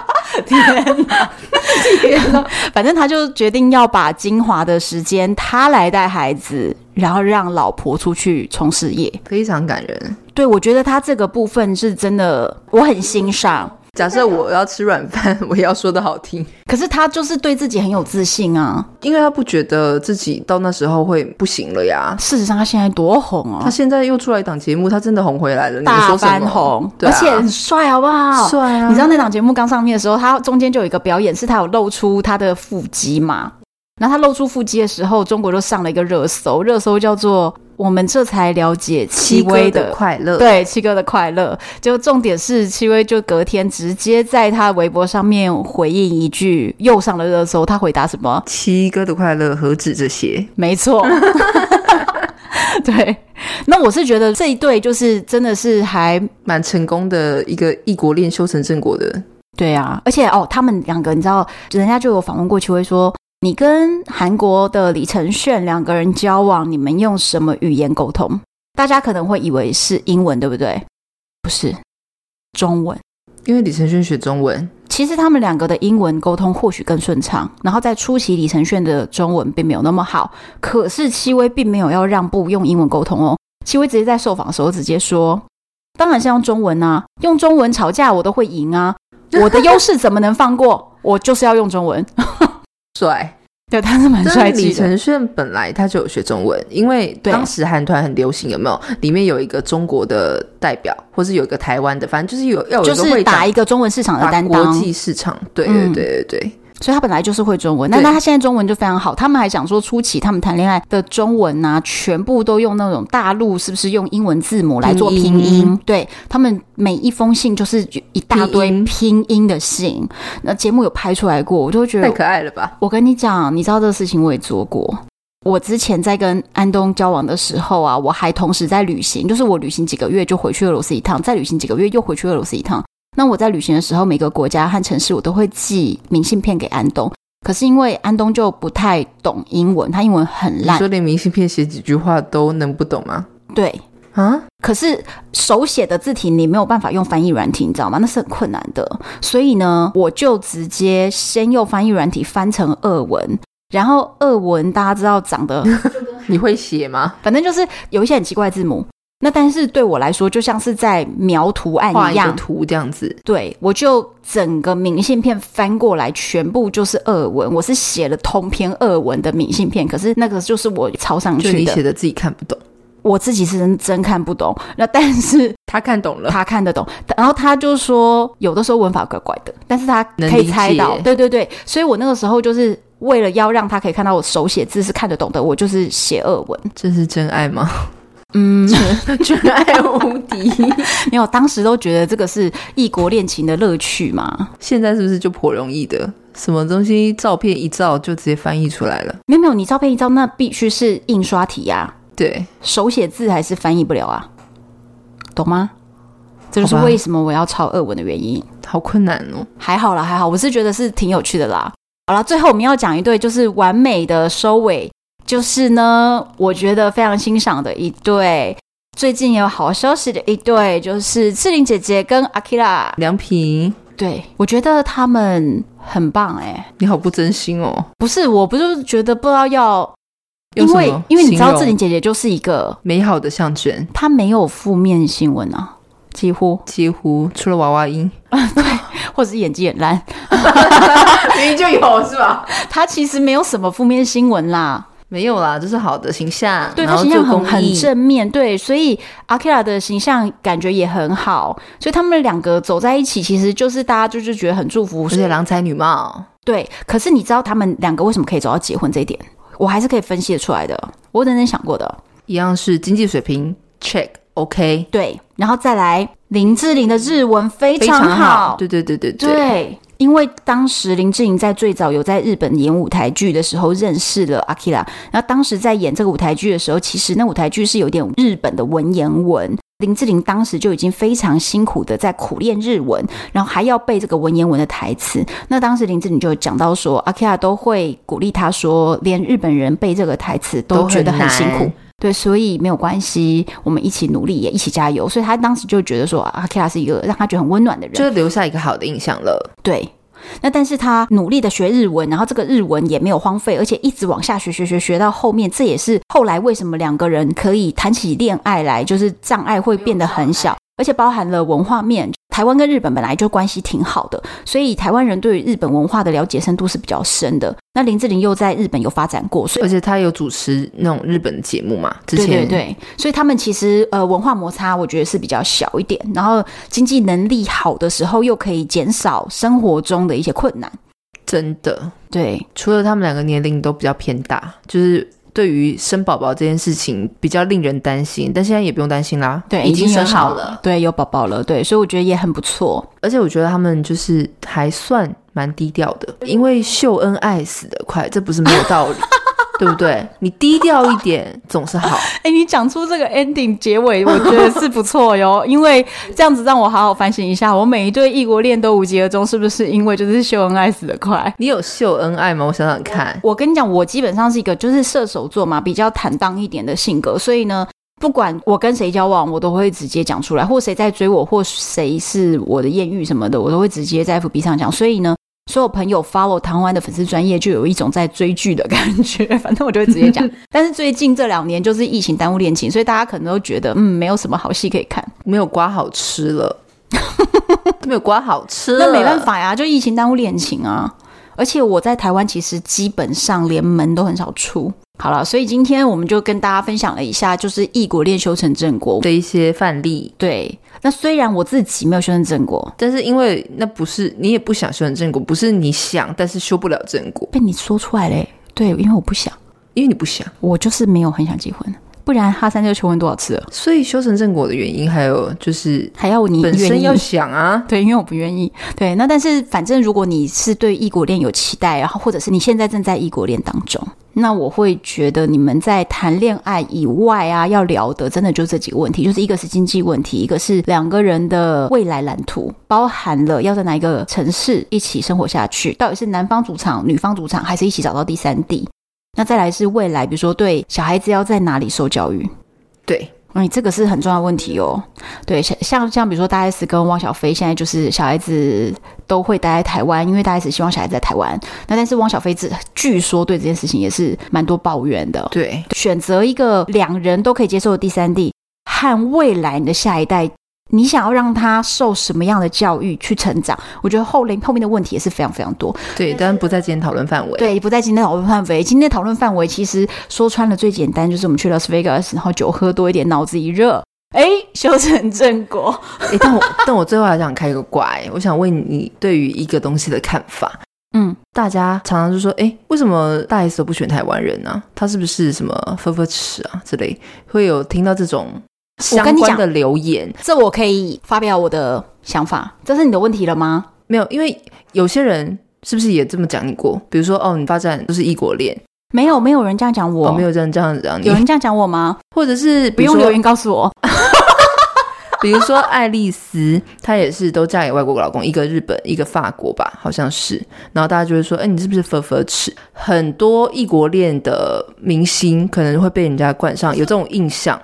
A: 反正他就决定要把精华的时间他来带孩子，然后让老婆出去冲事业。
B: 非常感人。
A: 对我觉得他这个部分是真的，我很欣赏。
B: 假设我要吃软饭，我也要说的好听，
A: 可是他就是对自己很有自信啊。
B: 因为他不觉得自己到那时候会不行了呀。
A: 事实上，他现在多红
B: 他
A: 哦，
B: 现在又出来一档节目，他真的红回来了。你们
A: 大
B: 说什
A: 翻
B: 么？
A: 红，
B: 对啊
A: 而且很帅，好不好？
B: 帅啊！
A: 你知道那档节目刚上面的时候，他中间就有一个表演，是他有露出他的腹肌嘛？然后他露出腹肌的时候，中国就上了一个热搜，热搜叫做“我们这才了解戚
B: 哥
A: 薇
B: 的快乐，
A: 对七哥的快乐。就重点是戚薇就隔天直接在他微博上面回应一句又上了热搜，他回答什么？
B: 七哥的快乐何止这些？
A: 没错。对，那我是觉得这一对就是真的是还
B: 蛮成功的一个异国恋修成正果的，
A: 对啊，而且哦，他们两个你知道，人家就有访问过戚薇说，你跟韩国的李承铉两个人交往，你们用什么语言沟通？大家可能会以为是英文，对不对？不是，中文。
B: 因为李承铉学中文，
A: 其实他们两个的英文沟通或许更顺畅，然后在初期李承铉的中文并没有那么好，可是戚薇并没有要让步用英文沟通哦。戚薇直接在受访的时候直接说：“当然是用中文啊，用中文吵架我都会赢 啊，我的优势怎么能放过？我就是要用中文。
B: 帅。”
A: 对，他是蛮帅
B: 但是
A: 气
B: 李
A: 的。
B: 承铉本来他就有学中文，因为
A: 对
B: 当时韩团很流行，有没有？里面有一个中国的代表，或是有一个台湾的，反正就是有要有
A: 就
B: 一个会
A: 是
B: 长
A: 打一个中文市场的
B: 打
A: 担
B: 国
A: 当，
B: 际市场。对对
A: 嗯
B: 对对对，
A: 所以他本来就是会中文，但
B: 对
A: 但他现在中文就非常好。他们还讲说，初期他们谈恋爱的中文啊，全部都用那种大陆是不是用英文字母来做拼音？
B: 拼音
A: 对他们每一封信就是一大堆
B: 拼音
A: 拼音的信。那节目有拍出来过，我就会觉
B: 太
A: 得，
B: 可爱了吧？
A: 我跟你讲，你知道这个事情我也做过。我之前在跟安东交往的时候啊，我还同时在旅行，就是我旅行几个月就回去俄罗斯一趟，再旅行几个月又回去俄罗斯一趟。那我在旅行的时候，每个国家和城市我都会寄明信片给安东。可是因为安东就不太懂英文，他英文很
B: 你
A: 烂，
B: 说连明信片写几句话都能不懂吗？
A: 对。
B: 啊，
A: 可是手写的字体你没有办法用翻译软体，你知道吗？那是很困难的。所以呢，我就直接先用翻译软体翻成俄文，然后俄文大家知道长得
B: 你会写吗？
A: 反正就是有一些很奇怪的字母。那但是对我来说，就像是在描图案
B: 画
A: 一
B: 一个
A: 样，
B: 图这样子，
A: 对我就整个明信片翻过来，全部就是俄文。我是写了通篇俄文的明信片，可是那个就是我抄上
B: 就
A: 去
B: 你
A: 的，
B: 写的自己看不懂，
A: 我自己是真真看不懂。那但是
B: 他看懂了，
A: 他看得懂，然后他就说有的时候文法怪怪的，但是他可以猜
B: 能理
A: 到，
B: 解
A: 对对对，所以我那个时候就是为了要让他可以看到我手写字是看得懂的，我就是写俄文。
B: 这是真爱吗？
A: 嗯，
B: 真爱无 敌，
A: 没有，当时都觉得这个是异国恋情的乐趣嘛。
B: 现在是不是就颇容易的？什么东西照片一照就直接翻译出来了？
A: 没有没有，你照片一张那必须是印刷体呀、
B: 对，
A: 手写字还是翻译不了啊，懂吗？这就是
B: 好吧
A: 为什么我要抄俄文的原因。
B: 好困难哦。
A: 还好啦，还好，我是觉得是挺有趣的啦。好啦，最后我们要讲一对就是完美的收尾。就是呢，我觉得非常欣赏的一对。最近有好消息的一对，就是志玲姐姐跟阿 k i r a
B: 梁平，
A: 对我觉得他们很棒哎、
B: 你好不真心哦，
A: 不是，我不是觉得不知道要，因
B: 用什
A: 为
B: 么
A: 因为你知道
B: 形容
A: 志玲姐姐就是一个，
B: 美好的象征，
A: 她没有负面新闻啊，几乎，
B: 几乎除了娃娃音，
A: 或者是演技很烂，
B: 明明就有是吧？
A: 她其实没有什么负面新闻啦。
B: 没有啦，这是好的形象，
A: 对
B: 然
A: 她
B: 后
A: 形
B: 做
A: 象很
B: 公
A: 很
B: 益，
A: 正面，对，所以阿 k i r a 的形象感觉也很好，所以他们两个走在一起，其实就是大家就是觉得很祝福，
B: 而且郎才女貌，
A: 对，可是你知道他们两个为什么可以走到结婚这一点？我还是可以分析得出来的，我有认真想过的。
B: 一样是经济水平 check OK，
A: 对，然后再来林志玲的日文非
B: 非
A: 常好，
B: 好，对对对对
A: 对。因为当时林志玲在最早有在日本演舞台剧的时候认识了阿 k i r a 然后当时在演这个舞台剧的时候，其实那舞台剧是有点日本的文言文。林志玲当时就已经非常辛苦的在苦练日文，然后还要背这个文言文的台词。那当时林志玲就有讲到说，阿 k i r a 都会鼓励她说，连日本人背这个台词都
B: 都
A: 觉得
B: 很
A: 很辛苦
B: 难，
A: 对，所以没有关系，我们一起努力，也一起加油。所以他当时就觉得说，阿 k i r a 是一个让他觉得很温暖的人
B: 就。是留下一个好的印象了。
A: 对，那但是他努力的学日文，然后这个日文也没有荒废，而且一直往下学学学学到后面，这也是后来为什么两个人可以谈起恋爱来，就是障碍会变得很小，而且包含了文化面。台湾跟日本本来就关系挺好的，所以台湾人对于日本文化的了解深度是比较深的。那林志玲又在日本有发展过，所以
B: 而且他有主持那种日本的节目嘛？之
A: 对
B: 前
A: 对对，所以他们其实呃文化摩擦，我觉得是比较小一点，然后经济能力好的时候，又可以减少生活中的一些困难。
B: 真的，
A: 对，
B: 除了他们两个年龄都比较偏大，就是对于生宝宝这件事情比较令人担心，但现在也不用担心啦，
A: 对，
B: 已
A: 经有
B: 生
A: 小
B: 好了。，
A: 对，有宝宝了，对，所以我觉得也很不错。
B: 而且我觉得他们就是还算蛮低调的，因为秀恩爱死得快，这不是没有道 理，对不对？你低调一点总是好。
A: 哎，你讲出这个 ending 结 尾，我觉得是不错哟，因为这样子让我好好反省一下，我每一对异国恋都无疾而终，是不是因为就是秀恩爱死得快？
B: 你有秀恩爱吗？我想想看，
A: 我跟你讲，我基本上是一个就是射手座嘛，比较坦荡一点的性格，所以呢，不管我跟谁交往，我都会直接讲出来，或谁在追我，或谁是我的艳遇什么的，我都会直接在 FB 上讲。所以呢，所有朋友 follow 唐湾的粉丝专业，就有一种在追剧的感觉。 反正我就会直接讲。但是最近这两年就是疫情耽误恋情，所以大家可能都觉得嗯，没有什么好戏可以看。
B: 没有瓜好吃 了，没有瓜好吃了，
A: 那没办。法呀，就疫情耽误恋情啊。而且我在台湾其实基本上连门都很少出。好了，所以今天我们就跟大家分享了一下，就是异国恋修成正果。
B: 的一些范例，
A: 对，那虽然我自己没有修成正果，
B: 但是因为那不是你也不想修成正果，不是你想，但是修不了正果，
A: 被你说出来嘞、对，因为我不想，
B: 因为你不想，
A: 我就是没有很想结婚，不然哈三这个求婚多少次了，
B: 所以修成正果的原因还有就是
A: 还要你
B: 本
A: 愿
B: 身
A: 意
B: 要想啊，
A: 对，因为我不愿意。对，那但是反正如果你是对异国恋有期待，然后或者是你现在正在异国恋当中，那我会觉得你们在谈恋爱以外啊，要聊的真的就这几个问题，就是一个是经济问题，一个是两个人的未来蓝图，包含了要在哪一个城市一起生活下去，到底是男方主场、女方主场，还是一起找到第三地？那再来是未来，比如说对小孩子要在哪里受教育，
B: 对，
A: 哎，这个是很重要的问题哦。对，像像像比如说大 S 跟汪小菲，现在就是小孩子都会待在台湾，因为大 S 希望小孩子在台湾。那但是汪小菲只据说对这件事情也是蛮多抱怨的。
B: 对，
A: 选择一个两人都可以接受的第三地，和未来你的下一代，你想要让他受什么样的教育去成长？我觉得后面后面的问题也是非常非常多。
B: 对，但不在今天讨论范围。，
A: 对，不在今天讨论范围。今天讨论范围其实说穿了最简单，就是我们去 Las Vegas，然后酒喝多一点，脑子一热，哎，修成正果。
B: 诶但我 但我最后还想开个挂、诶我想问你对于一个东西的看法。
A: 嗯，
B: 大家常常就说，哎，为什么大 S 都不选台湾人呢、他是不是什么分分吃啊之类？会有听到这种
A: 我跟
B: 相
A: 你
B: 关
A: 讲
B: 的留言，
A: 这我可以发表我的想法，这是你的问题了吗？
B: 没有，因为有些人是不是也这么讲你过？比如说，哦，你发展就是异国恋，
A: 没哦有，没有人这样讲我，
B: 哦，没有这样这样子讲你
A: 有，人这样讲我吗？
B: 或者是
A: 不用留，言告诉我。
B: 比如说爱丽丝，她也是都嫁给外国老公，一个日本，一个法国吧，好像是。然后大家就会说，哎、你是不是分分尺？很多异国恋的明星可能会被人家冠上有这种印象，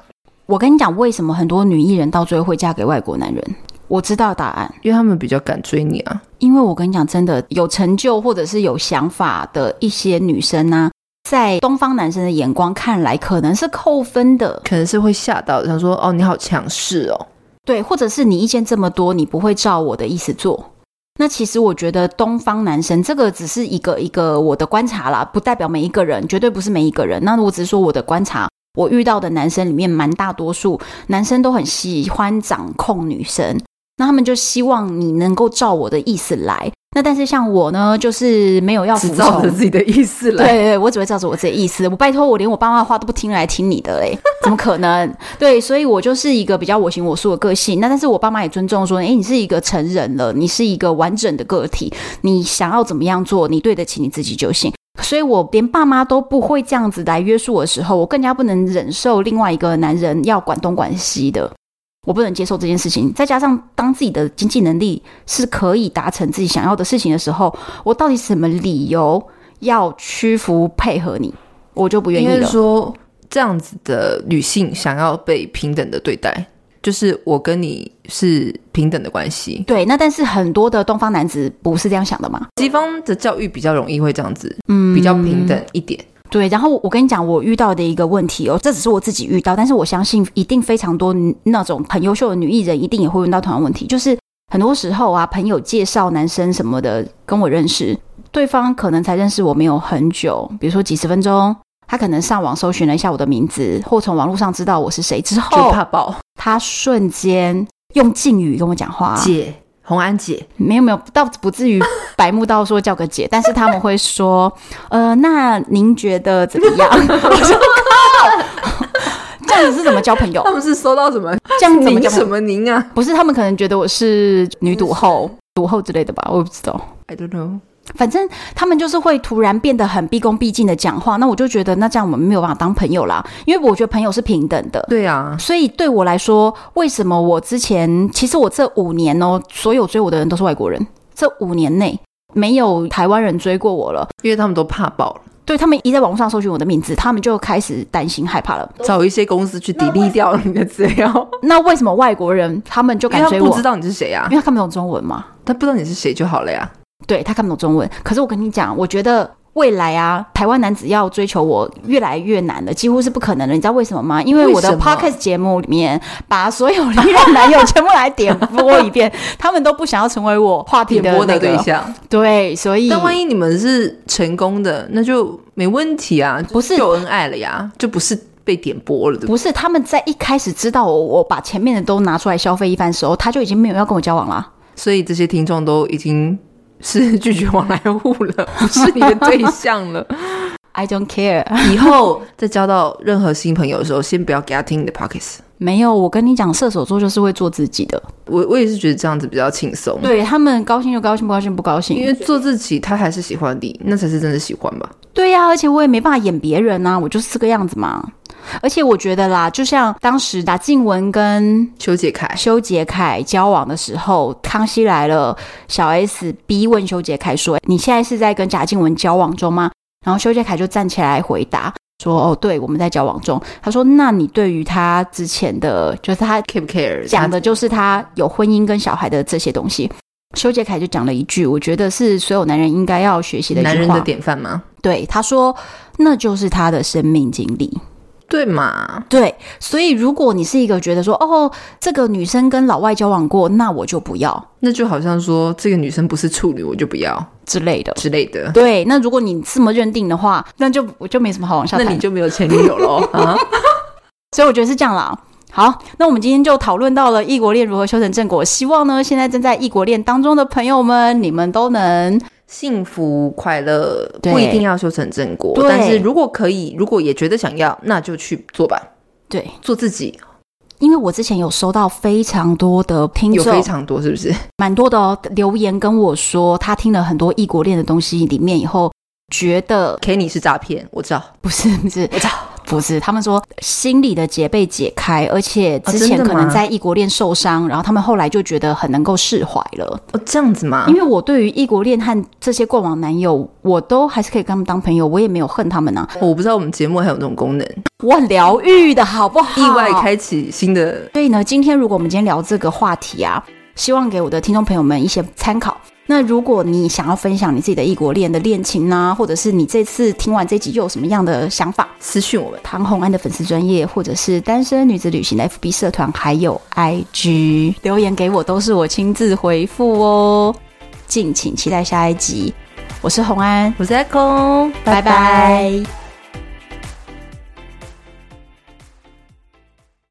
A: 我跟你讲，为什么很多女艺人到最后会嫁给外国男人？我知道答案，
B: 因为他们比较敢追你啊。
A: 因为我跟你讲，真的有成就或者是有想法的一些女生呢、在东方男生的眼光看来，可能是扣分的，
B: 可能是会吓到，想说哦，你好强势哦。
A: 对，或者是你意见这么多，你不会照我的意思做。那其实我觉得东方男生这个只是一个一个我的观察啦，不代表每一个人，绝对不是每一个人。那我只是说我的观察，我遇到的男生里面，蛮大多数男生都很喜欢掌控女生，那他们就希望你能够照我的意思来。那但是像我呢，就是没有要服
B: 只
A: 从，
B: 照 着自己的意思
A: 对
B: 来。
A: 对，我只会照着我自己的意思。我拜托，我连我爸妈的话都不听来听你的嘞，怎么可能？ 对，所以我就是一个比较我行我素的个性。那但是我爸妈也尊重说，诶，你是一个成人了，你是一个完整的个体，你想要怎么样做，你对得起你自己就行。所以我连爸妈都不会这样子来约束我的时候，我更加不能忍受另外一个男人要管东管西的。我不能接受这件事情，再加上当自己的经济能力是可以达成自己想要的事情的时候，我到底什么理由要屈服配合你？我就不愿
B: 应
A: 意
B: 该是
A: 了。
B: 说，这样子的女性想要被平等的对待，就是我跟你是平等的关系。
A: 对，那但是很多的东方男子不是这样想的嘛？
B: 西方的教育比较容易会这样子，
A: 嗯，
B: 比较平等一点。
A: 对，然后我跟你讲，我遇到的一个问题哦，这只是我自己遇到，但是我相信一定非常多那种很优秀的女艺人一定也会问到同样问题，就是很多时候啊，朋友介绍男生什么的跟我认识，对方可能才认识我没有很久，比如说几十分钟，他可能上网搜寻了一下我的名字，或从网络上知道我是谁之
B: 就
A: 后，
B: 怕爆、
A: 他瞬间用敬语跟我讲话，
B: 姐，红安姐，
A: 没有没有，倒不至于白目到说叫个姐，但是他们会说，呃，那您觉得怎么样？ 我说靠，这样子是怎么交 朋友
B: 他？们是收到什么？
A: 这样怎么
B: 您
A: 交朋
B: 什
A: 友？
B: 么您啊
A: 不是，他们可能觉得我是女赌后、赌后之类的吧，我也不知道。
B: ？I don't know。
A: 反正他们就是会突然变得很毕恭毕敬的讲话，那我就觉得那这样我们没有办法当朋友啦，因为我觉得朋友是平等的。
B: 对啊，
A: 所以对我来说，为什么我之前其实我这五年哦，所有追我的人都是外国人，这五年内没有台湾人追过我了。
B: 因为他们都怕爆了，
A: 对他们一在网络上搜寻我的名字，他们就开始担心害怕了。
B: 找一些公司去 delete 掉你的资料，
A: 那为什么外国人他们就
B: 因为
A: 敢
B: 他
A: 追我？
B: 不知道你是谁啊
A: 因，为他看不懂中文嘛。
B: 他不知道你是谁就好了呀。
A: 对他看不懂中文。可是我跟你讲，我觉得未来啊，台湾男子要追求我越来越难了，几乎是不可能的。你知道为什么吗？因为我的
B: 为什么
A: podcast 节目里面把所 有历任男友全部来点播一遍，他们都不想要成为我话题
B: 点
A: 的
B: 播
A: 那
B: 的对
A: 个。
B: 象，
A: 对，所以
B: 但万一你们是成功的，那就没问题啊，
A: 不是
B: 就恩爱了呀，就不是被点播了，对不对？
A: 不是他们在一开始知道我我把前面的都拿出来消费一番的时候，他就已经没有要跟我交往了。
B: 所以这些听众都已经是 拒绝往来户了，不是你的对象了。
A: I don't care。
B: 以后在交到任何新朋友的时候，先不要给他听你的 pockets。
A: 没有，我跟你讲，射手座就是会做自己的，
B: 我我也是觉得这样子比较轻松，
A: 对他们高兴就高兴，不高兴不高兴。
B: 因为做自己，他还是喜欢你，那才是真的喜欢吧。
A: 对呀、而且我也没办法演别人啊呐、我就是这个样子嘛。而且我觉得啦，就像当时打静雯跟
B: 邱杰凯，
A: 修杰楷交往的时候，《康熙来了》小 S 逼问修杰楷说：“你现在是在跟贾静雯交往中吗？”然后修杰楷就站起来回答说：“哦，对，我们在交往中。”他说：“那你对于他之前的，就是他
B: care 不 care？
A: 讲的就是他有婚姻跟小孩的这些东西。”修杰楷就讲了一句，我觉得是所有男人应该要学习的一句话：
B: 男人的典范吗？
A: 对，他说那就是他的生命经历。
B: 对嘛？
A: 对，所以如果你是一个觉得说哦，这个女生跟老外交往过，那我就不要
B: 那就好像说这个女生不是处女，我就不要
A: 之类的。
B: 之类的，
A: 对，那如果你这么认定的话，那就我就没什么好往下
B: 那
A: 谈。
B: 你就没有前女友 喽啊？
A: 所以我觉得是这样啦。好，那我们今天就讨论到了异国恋如何修成正果。希望呢，现在正在异国恋当中的朋友们，你们都能
B: 幸福快乐
A: 对
B: 不一定要修成正果，
A: 对
B: 但是如果可以，如果也觉得想要，那就去做吧，
A: 对，
B: 做自己
A: 因为我之前有收到非常多的听
B: 有
A: 众
B: 非，常多，是不是？
A: 蛮多的哦，留言跟我说，他听了很多异国恋的东西里面以后，觉得
B: 给你是诈骗，我知道，
A: 不是不是，
B: 我知道，
A: 不是，他们说心里的结被解开，而且之
B: 啊真
A: 前
B: 的
A: 可能
B: 吗
A: 在异国恋受伤，然后他们后来就觉得很能够释怀了。
B: 哦，这样子吗
A: 因？为我对于异国恋和这些过往男友，我都还是可以跟他们当朋友，我也没有恨他们啊，
B: 我不知道我们节目还有这种功能，
A: 我很疗愈的好不好？
B: 意外开启新的
A: 所以呢，今天如果我们今天聊这个话题啊，希望给我的听众朋友们一些参考。那如果你想要分享你自己的异国恋的恋情呐、或者是你这次听完这集又有什么样的想法，
B: 私讯我们。
A: 唐红安的粉丝专业，或者是单身女子旅行的 FB 社团，还有 IG 留言给我，都是我亲自回复哦。敬请期待下一集，我是红安，
B: 我是 Echo，
A: 拜拜